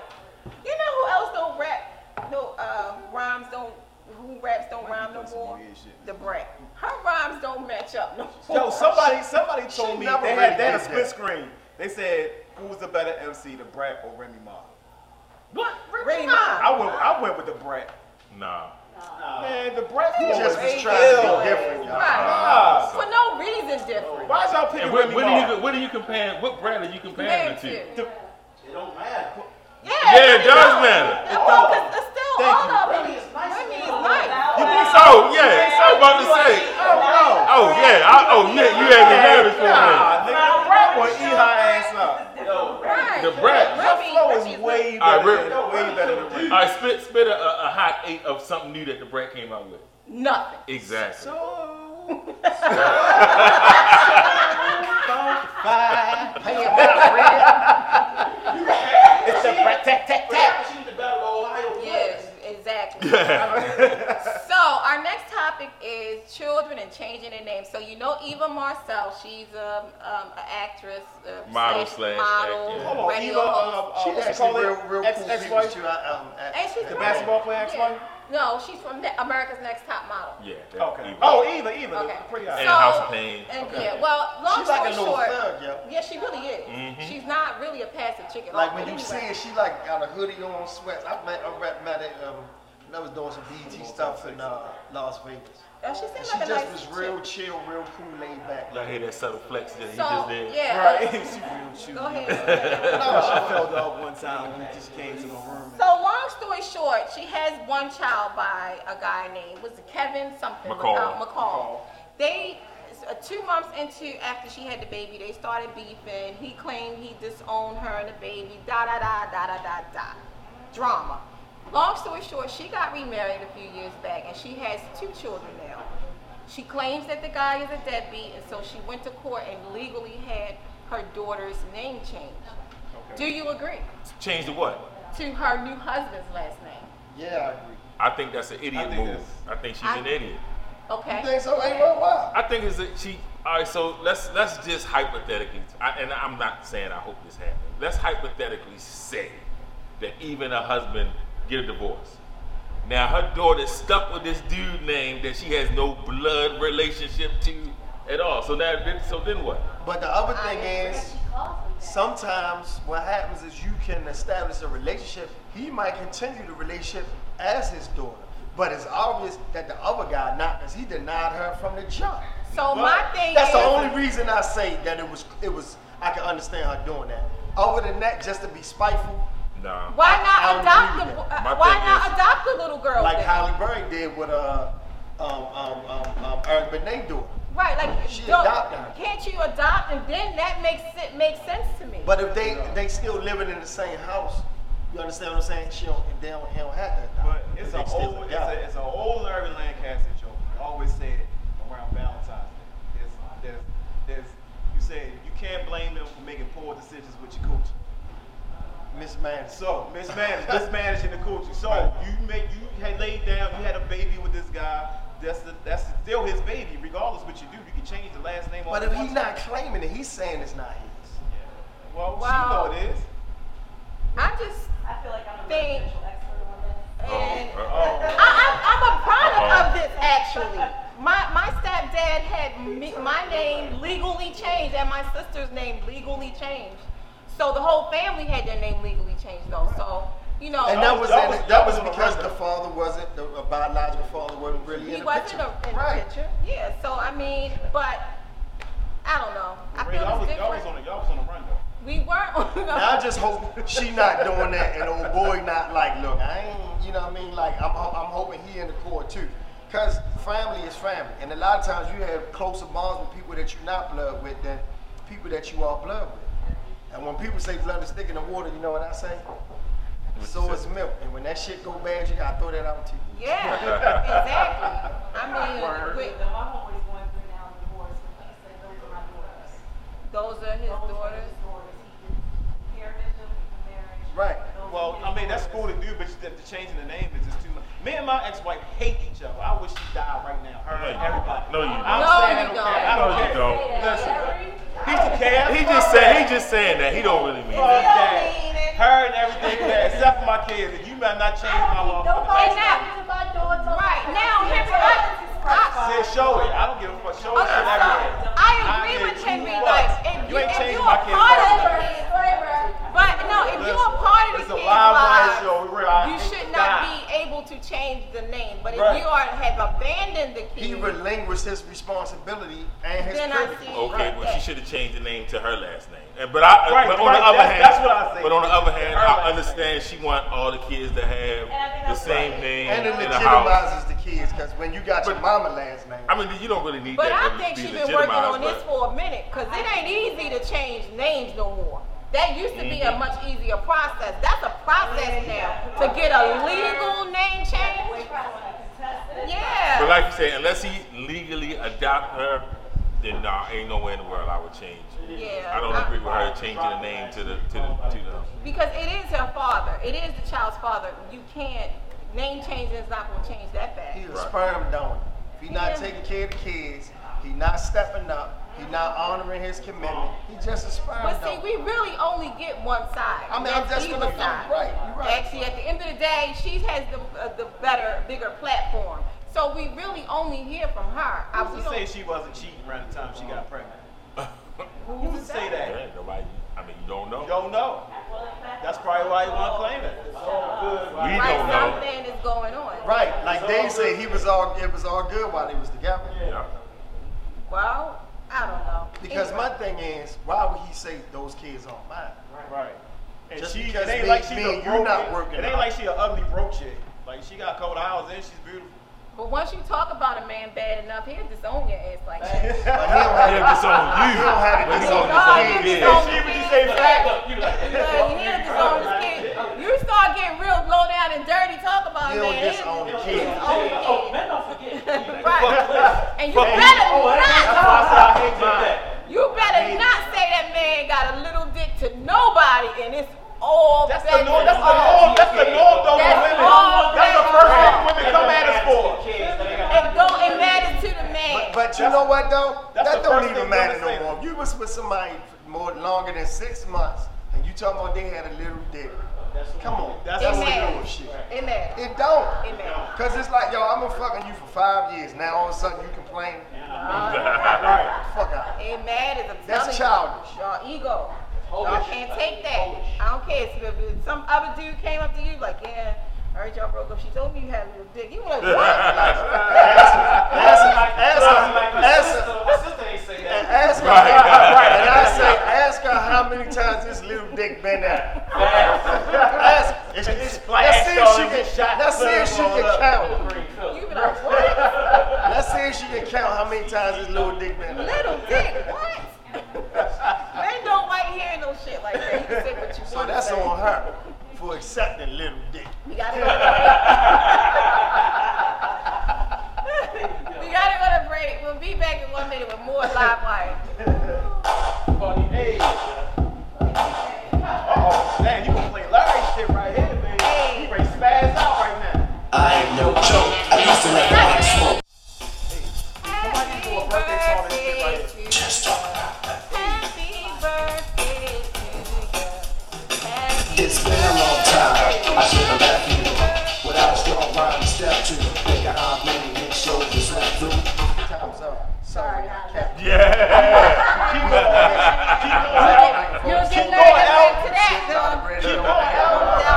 Speaker 3: You know who else don't rap? No, uh, rhymes don't. Who raps don't rhyme no more? The brat. Her rhymes don't match up no more.
Speaker 4: Yo, somebody, somebody told me
Speaker 7: never
Speaker 4: they
Speaker 7: really
Speaker 4: had that a
Speaker 7: did
Speaker 4: split
Speaker 7: that.
Speaker 4: screen. They said, "Who's the better MC, the Brat or Remy Ma?"
Speaker 3: What?
Speaker 7: Remy
Speaker 3: Remy
Speaker 7: Ma.
Speaker 4: I
Speaker 3: Ma.
Speaker 4: went, I went with the Brat.
Speaker 2: Nah.
Speaker 4: Man, the Brat
Speaker 7: He
Speaker 4: flow
Speaker 7: just
Speaker 4: is
Speaker 7: was trying to be
Speaker 3: Ill.
Speaker 7: different, y'all.
Speaker 3: Right.
Speaker 4: Ah,
Speaker 3: For no reason different.
Speaker 4: Why is y'all picking
Speaker 2: And what,
Speaker 4: Remy
Speaker 2: what,
Speaker 4: Ma?
Speaker 2: are you, what are you comparing? What brand are you
Speaker 4: Oh,
Speaker 2: comparing
Speaker 3: Compared
Speaker 2: it
Speaker 3: to.
Speaker 2: to?
Speaker 3: Yeah,
Speaker 5: It don't matter.
Speaker 2: Yeah, it does matter.
Speaker 3: It's all, it's still all of them.
Speaker 5: Remy is nice.
Speaker 3: Remy is nice.
Speaker 2: You think so? Yeah, so I'm about to say.
Speaker 4: Oh,
Speaker 2: Oh yeah, I, oh Nick, you had to have it for me.
Speaker 4: Nah, nigga, the Brat will eat her ass up.
Speaker 3: Right.
Speaker 2: The brat.
Speaker 4: Her flow
Speaker 3: Remy
Speaker 4: is way
Speaker 2: All right,
Speaker 4: better, than,
Speaker 2: Remy-
Speaker 4: way better than Remy.
Speaker 2: All right, spit spit a, a, a hot eight of something new that the Brat came out with.
Speaker 3: Nothing.
Speaker 2: Exactly.
Speaker 4: It's the Brat, tack, tack, tack.
Speaker 5: She's the battle of Ohio.
Speaker 3: Yes, exactly.
Speaker 4: [laughs]
Speaker 3: so our next topic is children and changing their names. So you know Eva Marcel, she's um, um, an actress, uh,
Speaker 2: Model slash
Speaker 3: model,
Speaker 2: actor.
Speaker 4: Hold on,
Speaker 3: radio
Speaker 4: Eva, uh,
Speaker 3: host.
Speaker 4: uh,
Speaker 7: She
Speaker 4: what's it
Speaker 7: actually
Speaker 4: called?
Speaker 7: real, real
Speaker 4: Ex-
Speaker 7: cool people
Speaker 4: ex-wife?
Speaker 7: too. I, um,
Speaker 3: and she's
Speaker 7: ex-
Speaker 3: from-
Speaker 4: basketball player, ex-wife?
Speaker 3: No, she's from Ne- America's Next Top Model.
Speaker 2: Yeah. that-
Speaker 4: Okay.
Speaker 2: you-
Speaker 4: Oh, Eva, Eva,
Speaker 3: Okay.
Speaker 4: the pretty eyes.
Speaker 2: And House of Pain.
Speaker 3: and yeah, well, long
Speaker 7: She's
Speaker 3: story
Speaker 7: like a little
Speaker 3: short,
Speaker 7: thug, yo.
Speaker 3: yeah, she really is.
Speaker 2: Mm-hmm.
Speaker 3: She's not really a passive chicken.
Speaker 7: Like
Speaker 3: but
Speaker 7: when you
Speaker 3: anyway.
Speaker 7: see it, she like got a hoodie on, sweats. I met, I met, met at um, I was doing some BT stuff in uh, Las Vegas.
Speaker 3: Oh, she
Speaker 7: And
Speaker 3: seemed
Speaker 7: she
Speaker 3: like a
Speaker 7: just
Speaker 3: nice
Speaker 7: was
Speaker 3: chick.
Speaker 7: real chill, real cool, laid back.
Speaker 2: Y'all hear that subtle flex that he
Speaker 3: So
Speaker 2: just did?
Speaker 3: yeah,
Speaker 4: Right, [laughs] she real chew.
Speaker 2: [laughs]
Speaker 3: go ahead.
Speaker 4: I
Speaker 7: [laughs]
Speaker 4: fell dog one time when he just came to my room.
Speaker 3: So long story short, she has one child by a guy named was it Kevin something
Speaker 2: McCall.
Speaker 3: uh, McCall. They uh, two months into after she had the baby, they started beefing. He claimed he disowned her and the baby. Da da da da da da da. Drama. Long story short, she got remarried a few years back, and she has two children now. She claims that the guy is a deadbeat, and so she went to court and legally had her daughter's name changed. Do you agree?
Speaker 2: Change to what?
Speaker 3: to her new husband's last name.
Speaker 7: Yeah, I agree.
Speaker 2: I think that's an idiot
Speaker 4: think
Speaker 2: move.
Speaker 4: that's-
Speaker 2: I think she's
Speaker 3: I-
Speaker 2: an idiot.
Speaker 3: Okay.
Speaker 7: You think so? Ain't worthwhile.
Speaker 2: I think it's a, she. All right, so let's let's just hypothetically, I, and I'm not saying I hope this happens. Let's hypothetically say that even her husband get a divorce. Now her daughter's stuck with this dude name that she has no blood relationship to at all. So now, then- so then what?
Speaker 7: But the other thing is, sometimes what happens is you can establish a relationship. He might continue the relationship as his daughter, but it's obvious that the other guy not, because he denied her from the jump.
Speaker 3: So
Speaker 7: But
Speaker 3: my thing
Speaker 7: That's
Speaker 3: is,
Speaker 7: the only reason I say that it was. It was. I can understand her doing that. Other than that, just to be spiteful,
Speaker 2: Nah.
Speaker 3: why
Speaker 7: I
Speaker 3: not
Speaker 7: don't
Speaker 3: adopt
Speaker 7: agree
Speaker 3: the
Speaker 7: with
Speaker 2: that.
Speaker 3: uh,
Speaker 2: My
Speaker 3: why
Speaker 2: thing
Speaker 3: not
Speaker 2: is-
Speaker 3: adopt the little girl?
Speaker 7: like
Speaker 3: then?
Speaker 7: Holly Berry did with uh, um, um, um, um, Eric Benet daughter.
Speaker 3: right, like
Speaker 7: She
Speaker 3: don't-
Speaker 7: adopted her.
Speaker 3: can't you adopt and then that makes it makes sense to me.
Speaker 7: But if they they still living in the same house, you understand what I'm saying? She don't, they don't, he don't have that.
Speaker 4: But it's an
Speaker 7: They still
Speaker 4: old, it's
Speaker 7: adopt.
Speaker 4: a, it's an old Larry Lancaster joke. I always say it around Valentine's Day. There's, there's, there's, you say you can't blame them for making poor decisions with your coach.
Speaker 7: mismanaged.
Speaker 4: So mismanaged, mismanaging the culture. So you make you had laid down, you had a baby with this guy. That's the, that's still his baby, regardless what you do. You can change the last name. all
Speaker 7: But
Speaker 4: you
Speaker 7: if he's
Speaker 4: want.
Speaker 7: not claiming it, he's saying it's not his.
Speaker 4: well,
Speaker 3: Wow.
Speaker 4: she know it is.
Speaker 3: I just
Speaker 6: I feel like I'm a
Speaker 3: Think.
Speaker 6: residential expert on this.
Speaker 3: and
Speaker 2: Uh-oh.
Speaker 3: I, I'm, I'm a product
Speaker 7: Uh-huh.
Speaker 2: Uh-oh.
Speaker 3: of this actually. My my stepdad had me, my name legally changed and my sister's name legally changed. So the whole family had their name legally changed though. So you know,
Speaker 7: And that was
Speaker 4: Oh, that was-
Speaker 7: that,
Speaker 4: that
Speaker 7: was
Speaker 4: was on the
Speaker 7: because
Speaker 4: record.
Speaker 7: the father wasn't the a biological father wasn't really in
Speaker 3: He
Speaker 7: the
Speaker 3: wasn't
Speaker 7: picture.
Speaker 3: a, in the
Speaker 7: right.
Speaker 3: picture. Yeah, so I mean, but I don't know. I
Speaker 4: Ray,
Speaker 3: feel
Speaker 4: y'all, was,
Speaker 3: it's
Speaker 4: y'all was
Speaker 3: different.
Speaker 4: on the, y'all was on the run though.
Speaker 3: we weren't. On the,
Speaker 7: Now I just hope she not doing that, and old boy not like, look, I ain't, you know what I mean? Like, I'm, ho- I'm hoping he in the court too, cause family is family, and a lot of times you have closer bonds with people that you're not blood with than people that you are blood with. And when people say blood is thicker than water, you know what I say? So is milk, and when that shit go bad, you gotta throw that out to you.
Speaker 3: [laughs] yeah, exactly. I mean,
Speaker 6: Wait,
Speaker 3: with,
Speaker 6: though, my homeboy's going through now a divorce, and he said those are my daughters.
Speaker 3: those are his
Speaker 6: Those are
Speaker 3: daughters.
Speaker 6: his daughters. He inherited them from the marriage.
Speaker 7: Right.
Speaker 6: Those are
Speaker 4: Um, Well,
Speaker 6: his
Speaker 4: I mean that's cool
Speaker 6: daughters.
Speaker 4: to do, but the, the changing the name is just too much. Me and my ex-wife hate each other. I wish she died right now. Her and everybody.
Speaker 2: No, you
Speaker 4: I'm
Speaker 2: don't.
Speaker 3: No,
Speaker 4: saying I
Speaker 3: you
Speaker 4: don't
Speaker 3: don't.
Speaker 4: care. I don't
Speaker 2: No, you
Speaker 4: care.
Speaker 2: don't.
Speaker 4: He's the cab.
Speaker 2: He just said he just saying that he don't really mean.
Speaker 4: Fuck
Speaker 2: it.
Speaker 4: that.
Speaker 3: mean it.
Speaker 4: Her and everything that, except for my kids. And you might not change my law. for the
Speaker 3: Right
Speaker 4: best.
Speaker 3: now,
Speaker 6: My daughter.
Speaker 3: right now, Henry, I,
Speaker 4: Said show it. I don't give a fuck. Show
Speaker 3: I,
Speaker 4: it and everything.
Speaker 3: I agree
Speaker 4: did.
Speaker 3: with Henry.
Speaker 4: You
Speaker 3: Like,
Speaker 4: was.
Speaker 3: if
Speaker 4: You
Speaker 3: you,
Speaker 4: ain't
Speaker 3: if
Speaker 4: changing
Speaker 3: you
Speaker 4: my
Speaker 3: are
Speaker 4: kid's
Speaker 3: part of
Speaker 4: life.
Speaker 3: the kid's, but no, if you are part of the
Speaker 4: It's a
Speaker 3: kid's
Speaker 4: live wire
Speaker 3: lives,
Speaker 4: show. We're out.
Speaker 3: you
Speaker 4: It's
Speaker 3: should not
Speaker 4: live.
Speaker 3: be able to change the name. But if
Speaker 4: Right.
Speaker 3: you are have abandoned the
Speaker 7: He
Speaker 3: kid,
Speaker 7: relinquished his responsibility and his
Speaker 3: then I
Speaker 7: privilege.
Speaker 3: see.
Speaker 2: Okay, well she should have changed the name to her last name. And but I, uh,
Speaker 4: Right,
Speaker 2: but on
Speaker 4: right,
Speaker 2: the other
Speaker 4: that's-
Speaker 2: hand,
Speaker 4: that's what I say.
Speaker 2: But on the other hand,
Speaker 4: Her last
Speaker 2: I understand she want all the kids to have
Speaker 6: I think
Speaker 2: the
Speaker 6: that's
Speaker 2: same
Speaker 6: right.
Speaker 2: name
Speaker 7: And it
Speaker 2: in the house.
Speaker 7: legitimizes the kids, because when you got your
Speaker 2: But-
Speaker 7: mama last name,
Speaker 2: I mean, you don't really need
Speaker 3: But
Speaker 2: that.
Speaker 3: I
Speaker 2: to
Speaker 3: think
Speaker 2: be
Speaker 3: she's been working on
Speaker 2: legitimized,
Speaker 3: this for a minute because it ain't easy to change names no more. That used to be
Speaker 7: Mm-hmm.
Speaker 3: a much easier process. That's a process now to get a legal name change.
Speaker 2: but, but
Speaker 3: Yeah.
Speaker 2: like you say, unless he legally adopt her, then nah, ain't no way in the world I would change. it.
Speaker 3: Yeah.
Speaker 2: I don't agree with her changing the name to the to the to the.
Speaker 3: Because it is her father. It is the child's father. You can't, name changing is not going to change that
Speaker 7: he's
Speaker 3: fast.
Speaker 7: a
Speaker 2: Right.
Speaker 7: sperm donor. He not
Speaker 3: Yeah.
Speaker 7: taking care of the kids. He not stepping up. He not honoring his commitment. He just a sperm
Speaker 3: But see,
Speaker 7: donor.
Speaker 3: we really only get one side.
Speaker 7: I mean, I'm
Speaker 3: That's
Speaker 7: just
Speaker 3: either
Speaker 7: gonna- you're
Speaker 3: side.
Speaker 7: right, you're right.
Speaker 3: Actually, at the end of the day, she has the uh, the better, bigger platform. So we really only hear from her. I we
Speaker 4: Who's to
Speaker 3: don't-
Speaker 4: say she wasn't cheating around the time she got
Speaker 7: [laughs]
Speaker 4: pregnant? Who's to say
Speaker 2: There
Speaker 4: that?
Speaker 2: ain't nobody. I mean, you don't know.
Speaker 4: Don't know. That's probably why he want to claim it. It's all good.
Speaker 2: We
Speaker 3: right,
Speaker 2: don't know.
Speaker 3: something is going on.
Speaker 7: Right, like they say, he was all it was all good while they was together.
Speaker 2: Yeah.
Speaker 3: Well, I don't know.
Speaker 7: Because
Speaker 3: Anyway.
Speaker 7: my thing is, why would he say those kids aren't mine?
Speaker 4: Right. And
Speaker 7: Just
Speaker 4: she, it
Speaker 7: because
Speaker 4: ain't
Speaker 7: me-
Speaker 4: like she's
Speaker 7: me
Speaker 4: a
Speaker 7: and
Speaker 4: broke.
Speaker 7: you not working
Speaker 4: It ain't
Speaker 7: out.
Speaker 4: like she an ugly broke chick. Like she got a couple of houses and she's beautiful.
Speaker 3: But once you talk about a man bad enough, he'll disown your ass like that.
Speaker 7: But he don't have
Speaker 2: Yeah, this on you.
Speaker 7: don't have it
Speaker 2: But
Speaker 7: this
Speaker 2: he
Speaker 7: on
Speaker 2: don't
Speaker 7: his
Speaker 2: have
Speaker 3: head.
Speaker 2: it.
Speaker 3: Yeah.
Speaker 2: Yeah.
Speaker 4: She would just say black.
Speaker 3: Like, he'll disown his kid. You start getting real blow down and dirty, talk about a
Speaker 7: You
Speaker 3: man.
Speaker 7: don't
Speaker 3: he'll
Speaker 7: disown the
Speaker 3: disown his
Speaker 7: kid.
Speaker 3: kid.
Speaker 8: Oh, men don't forget.
Speaker 3: [laughs] Right. And you
Speaker 8: Fuck.
Speaker 3: better
Speaker 8: Oh, that-
Speaker 3: not.
Speaker 4: I hate
Speaker 8: Take
Speaker 4: mine.
Speaker 8: that.
Speaker 3: You better not say that man got a little dick to nobody, and it's all
Speaker 4: That's the
Speaker 3: bad.
Speaker 4: norm. That's the norm. That's the norm, though, with
Speaker 3: That's
Speaker 4: women.
Speaker 3: all
Speaker 4: That's the
Speaker 3: bad.
Speaker 4: first thing women come at us for.
Speaker 3: And go and matter to the man.
Speaker 7: But you know what though?
Speaker 4: that's
Speaker 7: That
Speaker 4: the
Speaker 7: don't
Speaker 4: first
Speaker 7: even
Speaker 4: thing
Speaker 7: matter
Speaker 4: women
Speaker 7: no
Speaker 4: say.
Speaker 7: more. If You was with somebody for more longer than six months, and you talking about they had a little dick. Come on, that's
Speaker 3: it
Speaker 7: what
Speaker 3: matters.
Speaker 7: shit.
Speaker 3: It
Speaker 7: [laughs]
Speaker 3: matters.
Speaker 7: It don't.
Speaker 3: It matters.
Speaker 7: Cause it's like, yo, I've been fucking you for five years. Now all of a sudden you complain.
Speaker 3: Uh,
Speaker 7: Fuck out.
Speaker 3: It matters. I'm
Speaker 7: That's
Speaker 3: telling you.
Speaker 7: childish.
Speaker 3: Y'all ego. Y'all can't take that. I don't care if if some other dude came up to you like, yeah, I heard y'all broke up. She told me you had a little dick. You were like, what?
Speaker 7: [laughs] Ask, ask, ask, ask,
Speaker 5: My sister ain't say that.
Speaker 7: And ask her,
Speaker 2: Right.
Speaker 7: and I say, ask her how many times this little dick been out. ask, it's, it's, let's see if she can, let's see if she can count.
Speaker 3: you be like, what?
Speaker 7: Let's see if she can count how many times this little dick been out.
Speaker 3: little dick?
Speaker 7: [laughs]
Speaker 3: What? Men don't like hearing no shit like that. You can say what you
Speaker 7: So
Speaker 3: want. to
Speaker 7: that's
Speaker 3: say.
Speaker 7: on her for accepting little dick.
Speaker 3: We gotta go to break. we gotta go to break. We'll be back in one minute with more live wire.
Speaker 4: Man, you can play Larry shit right here,
Speaker 3: Hey.
Speaker 4: baby. You ready to spaz out right now.
Speaker 8: I ain't no joke. I used to let rocks smoke.
Speaker 3: Happy
Speaker 4: do a birthday song and shit like
Speaker 3: birthday to you. Happy birthday to you. Happy
Speaker 8: It's been a long time. I should have left you without a strong rhyme to step to. Think of how many head shoulders left through.
Speaker 7: Time's up.
Speaker 3: Sorry, I left.
Speaker 2: Yeah.
Speaker 3: You'll get nervous after that, dog.
Speaker 7: Keep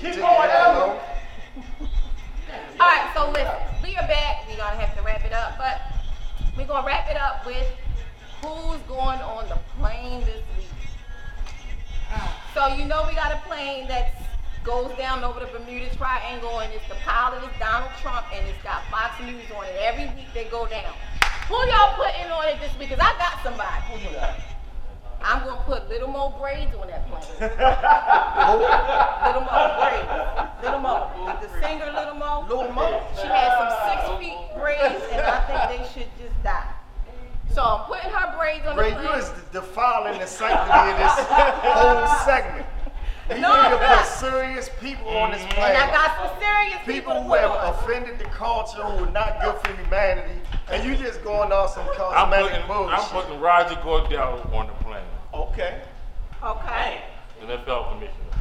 Speaker 4: Keep going, Ellen.
Speaker 3: All right, so listen, we are back. We're gonna have to wrap it up, but we're gonna wrap it up with who's going on the plane this week. So you know we got a plane that goes down over the Bermuda Triangle, and it's the pilot is Donald Trump, and it's got Fox News on it every week. They go down. Who y'all putting on it this week? Cause I got somebody. Who you got? I'm gonna put little more braids on that plane. Little Mo braids. Little Mo. The singer Little Mo. Little Mo. She has some six feet braids and I think they should just die. So I'm putting her braids on
Speaker 7: Ray,
Speaker 3: the
Speaker 7: you
Speaker 3: plane.
Speaker 7: is defiling the sanctity of this whole segment. We
Speaker 3: No,
Speaker 7: need to
Speaker 3: I'm not.
Speaker 7: put serious people on this
Speaker 3: And I
Speaker 7: planet.
Speaker 3: got some serious people,
Speaker 7: People who
Speaker 3: to put
Speaker 7: have
Speaker 3: on.
Speaker 7: offended the culture, who are not good for humanity, and you just going on some
Speaker 2: I'm
Speaker 7: cosmetic
Speaker 2: putting, I'm
Speaker 7: bullshit.
Speaker 2: putting Roger Goodell on the plane.
Speaker 4: Okay.
Speaker 3: Okay.
Speaker 2: NFL commissioner.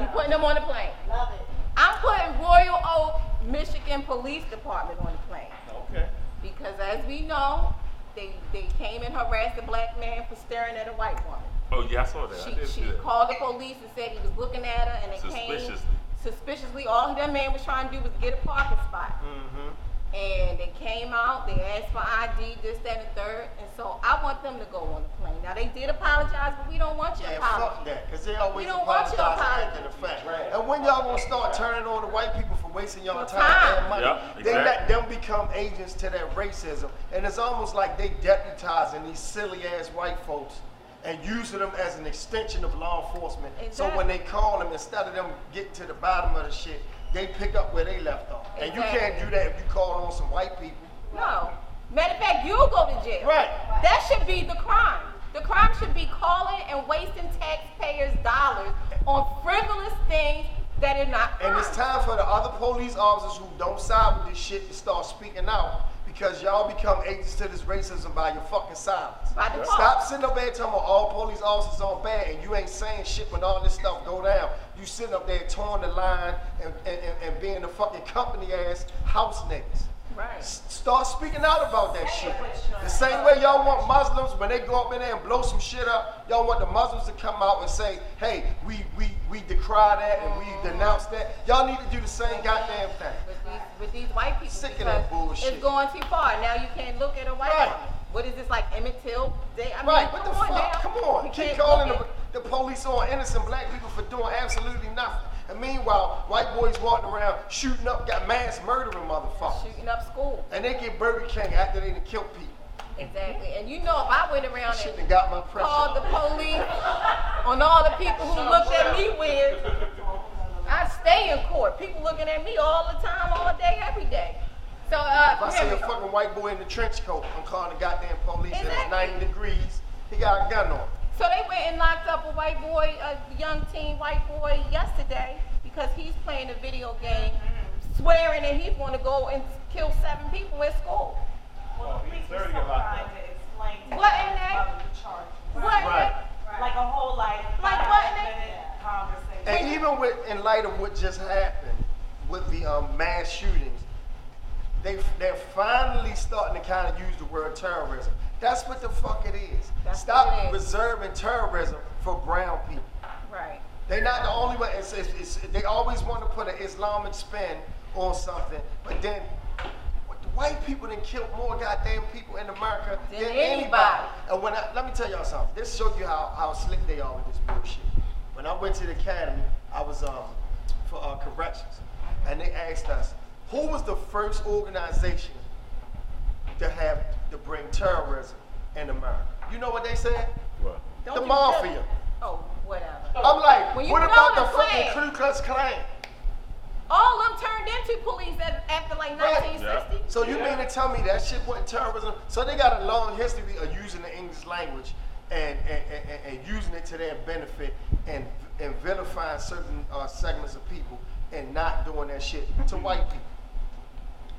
Speaker 3: You putting them on the plane. Love it. I'm putting Royal Oak Michigan Police Department on the plane.
Speaker 4: Okay.
Speaker 3: Because as we know, they, they came and harassed a black man for staring at a white woman.
Speaker 2: Oh yeah, I saw that. I
Speaker 3: She,
Speaker 2: did
Speaker 3: she
Speaker 2: see that.
Speaker 3: called the police and said he was looking at her and they came
Speaker 2: Suspiciously.
Speaker 3: suspiciously. All that man was trying to do was get a parking spot.
Speaker 2: Mm-hmm.
Speaker 3: And they came out, they asked for ID, this, that, and the third. And so I want them to go on the plane. Now they did apologize, but we don't want you to
Speaker 7: Yeah, fuck
Speaker 3: apologize.
Speaker 7: that, because they always
Speaker 3: We don't want
Speaker 7: apologize
Speaker 3: you to
Speaker 7: after the
Speaker 3: apologize.
Speaker 7: fact. And when y'all gonna start turning on the white people for wasting y'all
Speaker 3: For
Speaker 7: time,
Speaker 3: time.
Speaker 7: and money,
Speaker 2: Yeah,
Speaker 7: they let
Speaker 2: exactly.
Speaker 7: them become agents to that racism. And it's almost like they deputizing these silly ass white folks and using them as an extension of law enforcement. So when
Speaker 3: Exactly.
Speaker 7: they call them, instead of them getting to the bottom of the shit, they pick up where they left off. And you can't
Speaker 3: Exactly.
Speaker 7: do that if you call on some white people.
Speaker 3: No. Matter of fact, you go to jail.
Speaker 7: Right.
Speaker 3: That should be the crime. The crime should be calling and wasting taxpayers' dollars on frivolous things that are not
Speaker 7: And it's
Speaker 3: crimes.
Speaker 7: time for the other police officers who don't side with this shit to start speaking out because y'all become agents to this racism by your fucking silence.
Speaker 3: By default.
Speaker 7: Stop sitting up there talking about all police officers are bad and you ain't saying shit when all this stuff go down. You sitting up there towing the line and, and, and, and being the fucking company ass house niggas.
Speaker 3: Right.
Speaker 7: S- Start speaking out about that shit. The same way y'all want Muslims when they go up in there and blow some shit up, Y'all want the Muslims to come out and say, hey, we we we decry that and we denounce that. Y'all need to do the same goddamn thing.
Speaker 3: with these with these white people
Speaker 7: Sick of
Speaker 3: because
Speaker 7: that bullshit.
Speaker 3: it's going too far. Now you can't look at a white
Speaker 7: Right.
Speaker 3: woman. What is this like Emmett Till Day? I mean,
Speaker 7: Right,
Speaker 3: come
Speaker 7: what the
Speaker 3: on
Speaker 7: fuck?
Speaker 3: now.
Speaker 7: Come on.
Speaker 3: You
Speaker 7: Keep
Speaker 3: can't
Speaker 7: calling
Speaker 3: look
Speaker 7: the, the police on innocent black people for doing absolutely nothing. And meanwhile, white boys walking around shooting up, got mass murdering
Speaker 3: at
Speaker 7: motherfuckers.
Speaker 3: shooting up school.
Speaker 7: And they get Burger King after they done killed people.
Speaker 3: Exactly. And you know, if I went around
Speaker 7: Shouldn't
Speaker 3: and
Speaker 7: have got my pressure.
Speaker 3: called the police on all the people who looked at me weird, I stay in court. People looking at me all the time, all day, every day. So, uh,
Speaker 7: If I see a
Speaker 3: Henry,
Speaker 7: fucking white boy in the trench coat, I'm calling the goddamn police and it's
Speaker 3: Exactly.
Speaker 7: 90 degrees. He got a gun on.
Speaker 3: So they went and locked up a white boy, a young teen white boy yesterday because he's playing a video game, swearing that he's going to go and kill seven people at school.
Speaker 6: Well, the police were so kind to explain to
Speaker 3: What
Speaker 6: him
Speaker 3: in that?
Speaker 6: about the charges.
Speaker 3: What?
Speaker 6: Like a whole like
Speaker 3: Like
Speaker 6: five
Speaker 3: what in that?
Speaker 6: minute conversation.
Speaker 7: And even with, in light of what just happened with the um, mass shootings, they they're finally starting to kind of use the word terrorism. That's what the fuck it is.
Speaker 3: That's what
Speaker 7: Stop
Speaker 3: it is.
Speaker 7: reserving terrorism for brown people.
Speaker 3: Right.
Speaker 7: They're not the only one. It's, it's, it's, they always want to put an Islamic spin on something, but then what the white people done killed more goddamn people in America
Speaker 3: Than
Speaker 7: than,
Speaker 3: anybody.
Speaker 7: And when I, let me tell y'all something. This shows you how, how slick they are with this bullshit. When I went to the academy, I was um for uh, corrections, and they asked us who was the first organization to have to bring terrorism in America. You know what they said?
Speaker 2: What?
Speaker 7: the
Speaker 3: you
Speaker 7: mafia.
Speaker 3: tell- Oh, whatever.
Speaker 7: I'm like,
Speaker 3: When you
Speaker 7: what
Speaker 3: know
Speaker 7: about
Speaker 3: the
Speaker 7: the fucking
Speaker 3: plan.
Speaker 7: Ku Klux Klan?
Speaker 3: All of them turned into police at, after like
Speaker 7: Right.
Speaker 3: 1960.
Speaker 7: So you mean to tell me that shit wasn't terrorism? So they got a long history of using the English language and and, and, and- and using it to their benefit and and vilifying certain uh, segments of people and not doing that shit to
Speaker 4: Mm-hmm.
Speaker 7: white people.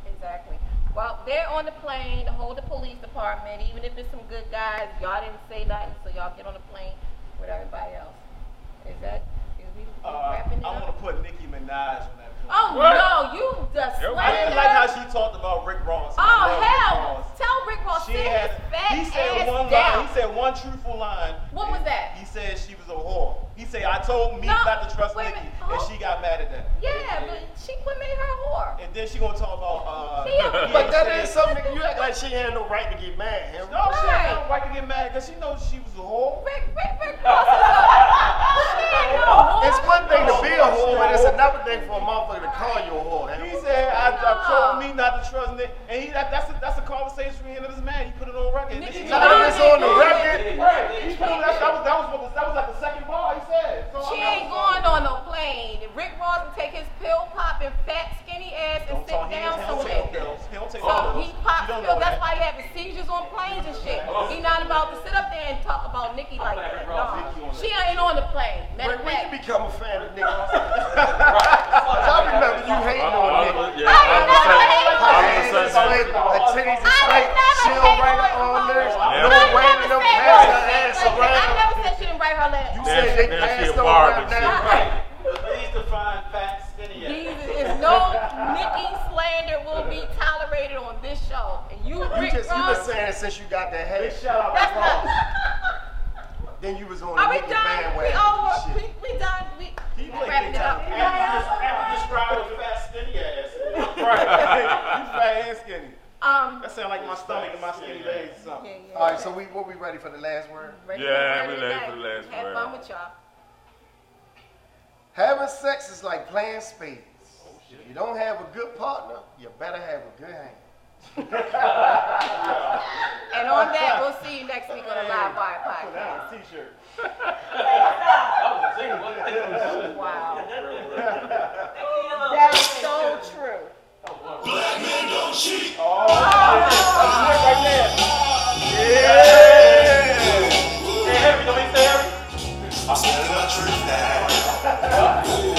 Speaker 3: Exactly. Well, they're on the plane, the whole the police department, even if it's some good guys, y'all didn't say nothing, so y'all get on the plane with everybody else. Is that, is we, we
Speaker 4: Uh,
Speaker 3: wrapping it
Speaker 4: I
Speaker 3: up?
Speaker 4: want to put Nicki Minaj on that. Point.
Speaker 3: Oh
Speaker 2: What?
Speaker 3: no, you just
Speaker 2: Yep.
Speaker 4: I
Speaker 3: slander.
Speaker 4: didn't like how she talked about Rick Ross.
Speaker 3: oh
Speaker 4: I love Rick
Speaker 3: hell!
Speaker 4: Ross.
Speaker 3: Tell Rick Ross
Speaker 4: She
Speaker 3: sit
Speaker 4: had.
Speaker 3: his fat
Speaker 4: He said
Speaker 3: ass
Speaker 4: one
Speaker 3: down.
Speaker 4: line. He said one truthful line.
Speaker 3: What was that?
Speaker 4: He said she was a whore. He said I told me
Speaker 3: No,
Speaker 4: not to trust
Speaker 3: wait a
Speaker 4: Nicki,
Speaker 3: minute,
Speaker 4: and
Speaker 3: who?
Speaker 4: she got mad at that.
Speaker 3: yeah, but she put me her whore.
Speaker 4: And then she gonna talk about. Uh, [laughs]
Speaker 3: She a-
Speaker 4: he
Speaker 7: But that
Speaker 4: said-
Speaker 7: ain't something you act like she had no right to get mad. Henry.
Speaker 4: No, she had
Speaker 3: Right.
Speaker 4: no right to get mad because she knows she was a whore.
Speaker 3: Rick, Rick, Rick Ross is a she ain't no whore.
Speaker 7: It's one thing to be a whore, but it's another thing for a motherfucker to call you a whore.
Speaker 4: He
Speaker 7: Henry.
Speaker 4: said, I, I told me not to trust Nick. And he, that, that's, a, that's a conversation between him and his man. He put it on record.
Speaker 3: Nicki
Speaker 4: He-
Speaker 7: None of this on the record.
Speaker 4: Right. He put it, that, that, was, that, was what was, that was like the second bar he said. So,
Speaker 3: She
Speaker 4: I mean,
Speaker 3: ain't going on no plane. If Rick Ross can take his pill popping fat skinny ass and
Speaker 4: Don't
Speaker 3: sit
Speaker 4: talk. He
Speaker 3: down
Speaker 4: don't
Speaker 3: somewhere.
Speaker 4: take no pills. He don't take no
Speaker 3: So
Speaker 4: pills.
Speaker 3: he
Speaker 4: Oh, You
Speaker 3: pops pills.
Speaker 4: don't know
Speaker 3: That's
Speaker 4: that.
Speaker 3: why he having seizures on planes and shit. He not about to sit up there and talk about Nikki like that. No. She ain't on the plane. Matter of
Speaker 7: When when you
Speaker 3: fact,
Speaker 7: become a fan of
Speaker 4: [laughs]
Speaker 7: Nick Ross, I remember you hating on Nick.
Speaker 2: yeah, I
Speaker 7: Her
Speaker 2: was
Speaker 7: hands
Speaker 2: gonna
Speaker 7: is
Speaker 2: say- I was
Speaker 7: slit,
Speaker 2: gonna say-
Speaker 7: her titties is
Speaker 3: I
Speaker 7: slit,
Speaker 3: never
Speaker 7: she don't
Speaker 3: said
Speaker 7: write her
Speaker 3: no
Speaker 7: own
Speaker 3: wrong.
Speaker 7: lyrics,
Speaker 3: I
Speaker 7: no
Speaker 3: never
Speaker 7: waving them
Speaker 3: said
Speaker 7: past her
Speaker 3: no
Speaker 7: ass
Speaker 3: shit like that. I never
Speaker 7: around.
Speaker 3: said she didn't write her letter.
Speaker 7: You
Speaker 2: Now-
Speaker 7: said they
Speaker 2: now she
Speaker 7: passed
Speaker 2: a
Speaker 7: her
Speaker 2: barb
Speaker 7: around
Speaker 2: and shit.
Speaker 7: now.
Speaker 3: Right.
Speaker 5: Please define fat skinny. ass.
Speaker 3: These is no Nikki slander will be tolerated on this show. And you,
Speaker 7: You
Speaker 3: Rick
Speaker 7: just, you been
Speaker 3: Ross,
Speaker 7: saying it since you got that
Speaker 4: Big
Speaker 7: head,
Speaker 4: shout out
Speaker 3: that's
Speaker 4: Rick
Speaker 3: not.
Speaker 4: Ross.
Speaker 7: then you was on
Speaker 3: Are
Speaker 7: the
Speaker 3: we
Speaker 7: Nicki
Speaker 3: done? We
Speaker 7: bandwagon
Speaker 3: over.
Speaker 7: and
Speaker 3: We,
Speaker 7: shit.
Speaker 3: we done. We
Speaker 4: He played
Speaker 3: wrapping
Speaker 4: big
Speaker 3: it up.
Speaker 4: time.
Speaker 5: After describing fat skinny ass.
Speaker 4: Right. you fat and skinny.
Speaker 3: Um.
Speaker 4: That sound like my stomach and my skinny legs or something.
Speaker 3: Yeah, yeah.
Speaker 7: All right, so we, what we ready for the last word?
Speaker 3: Ready
Speaker 2: Yeah,
Speaker 3: for the
Speaker 2: we ready
Speaker 3: day.
Speaker 2: for the last
Speaker 3: Have
Speaker 2: word.
Speaker 3: fun with y'all.
Speaker 7: Having sex is like playing spades. If you don't have a good partner, you better have a good hand.
Speaker 3: And on that, we'll see you next week on the Live Wire podcast.
Speaker 4: That's a t-shirt.
Speaker 3: Wow. [laughs] That is so true.
Speaker 4: Oh,
Speaker 3: Oh,
Speaker 4: Right there.
Speaker 8: I said, "Let the truth out."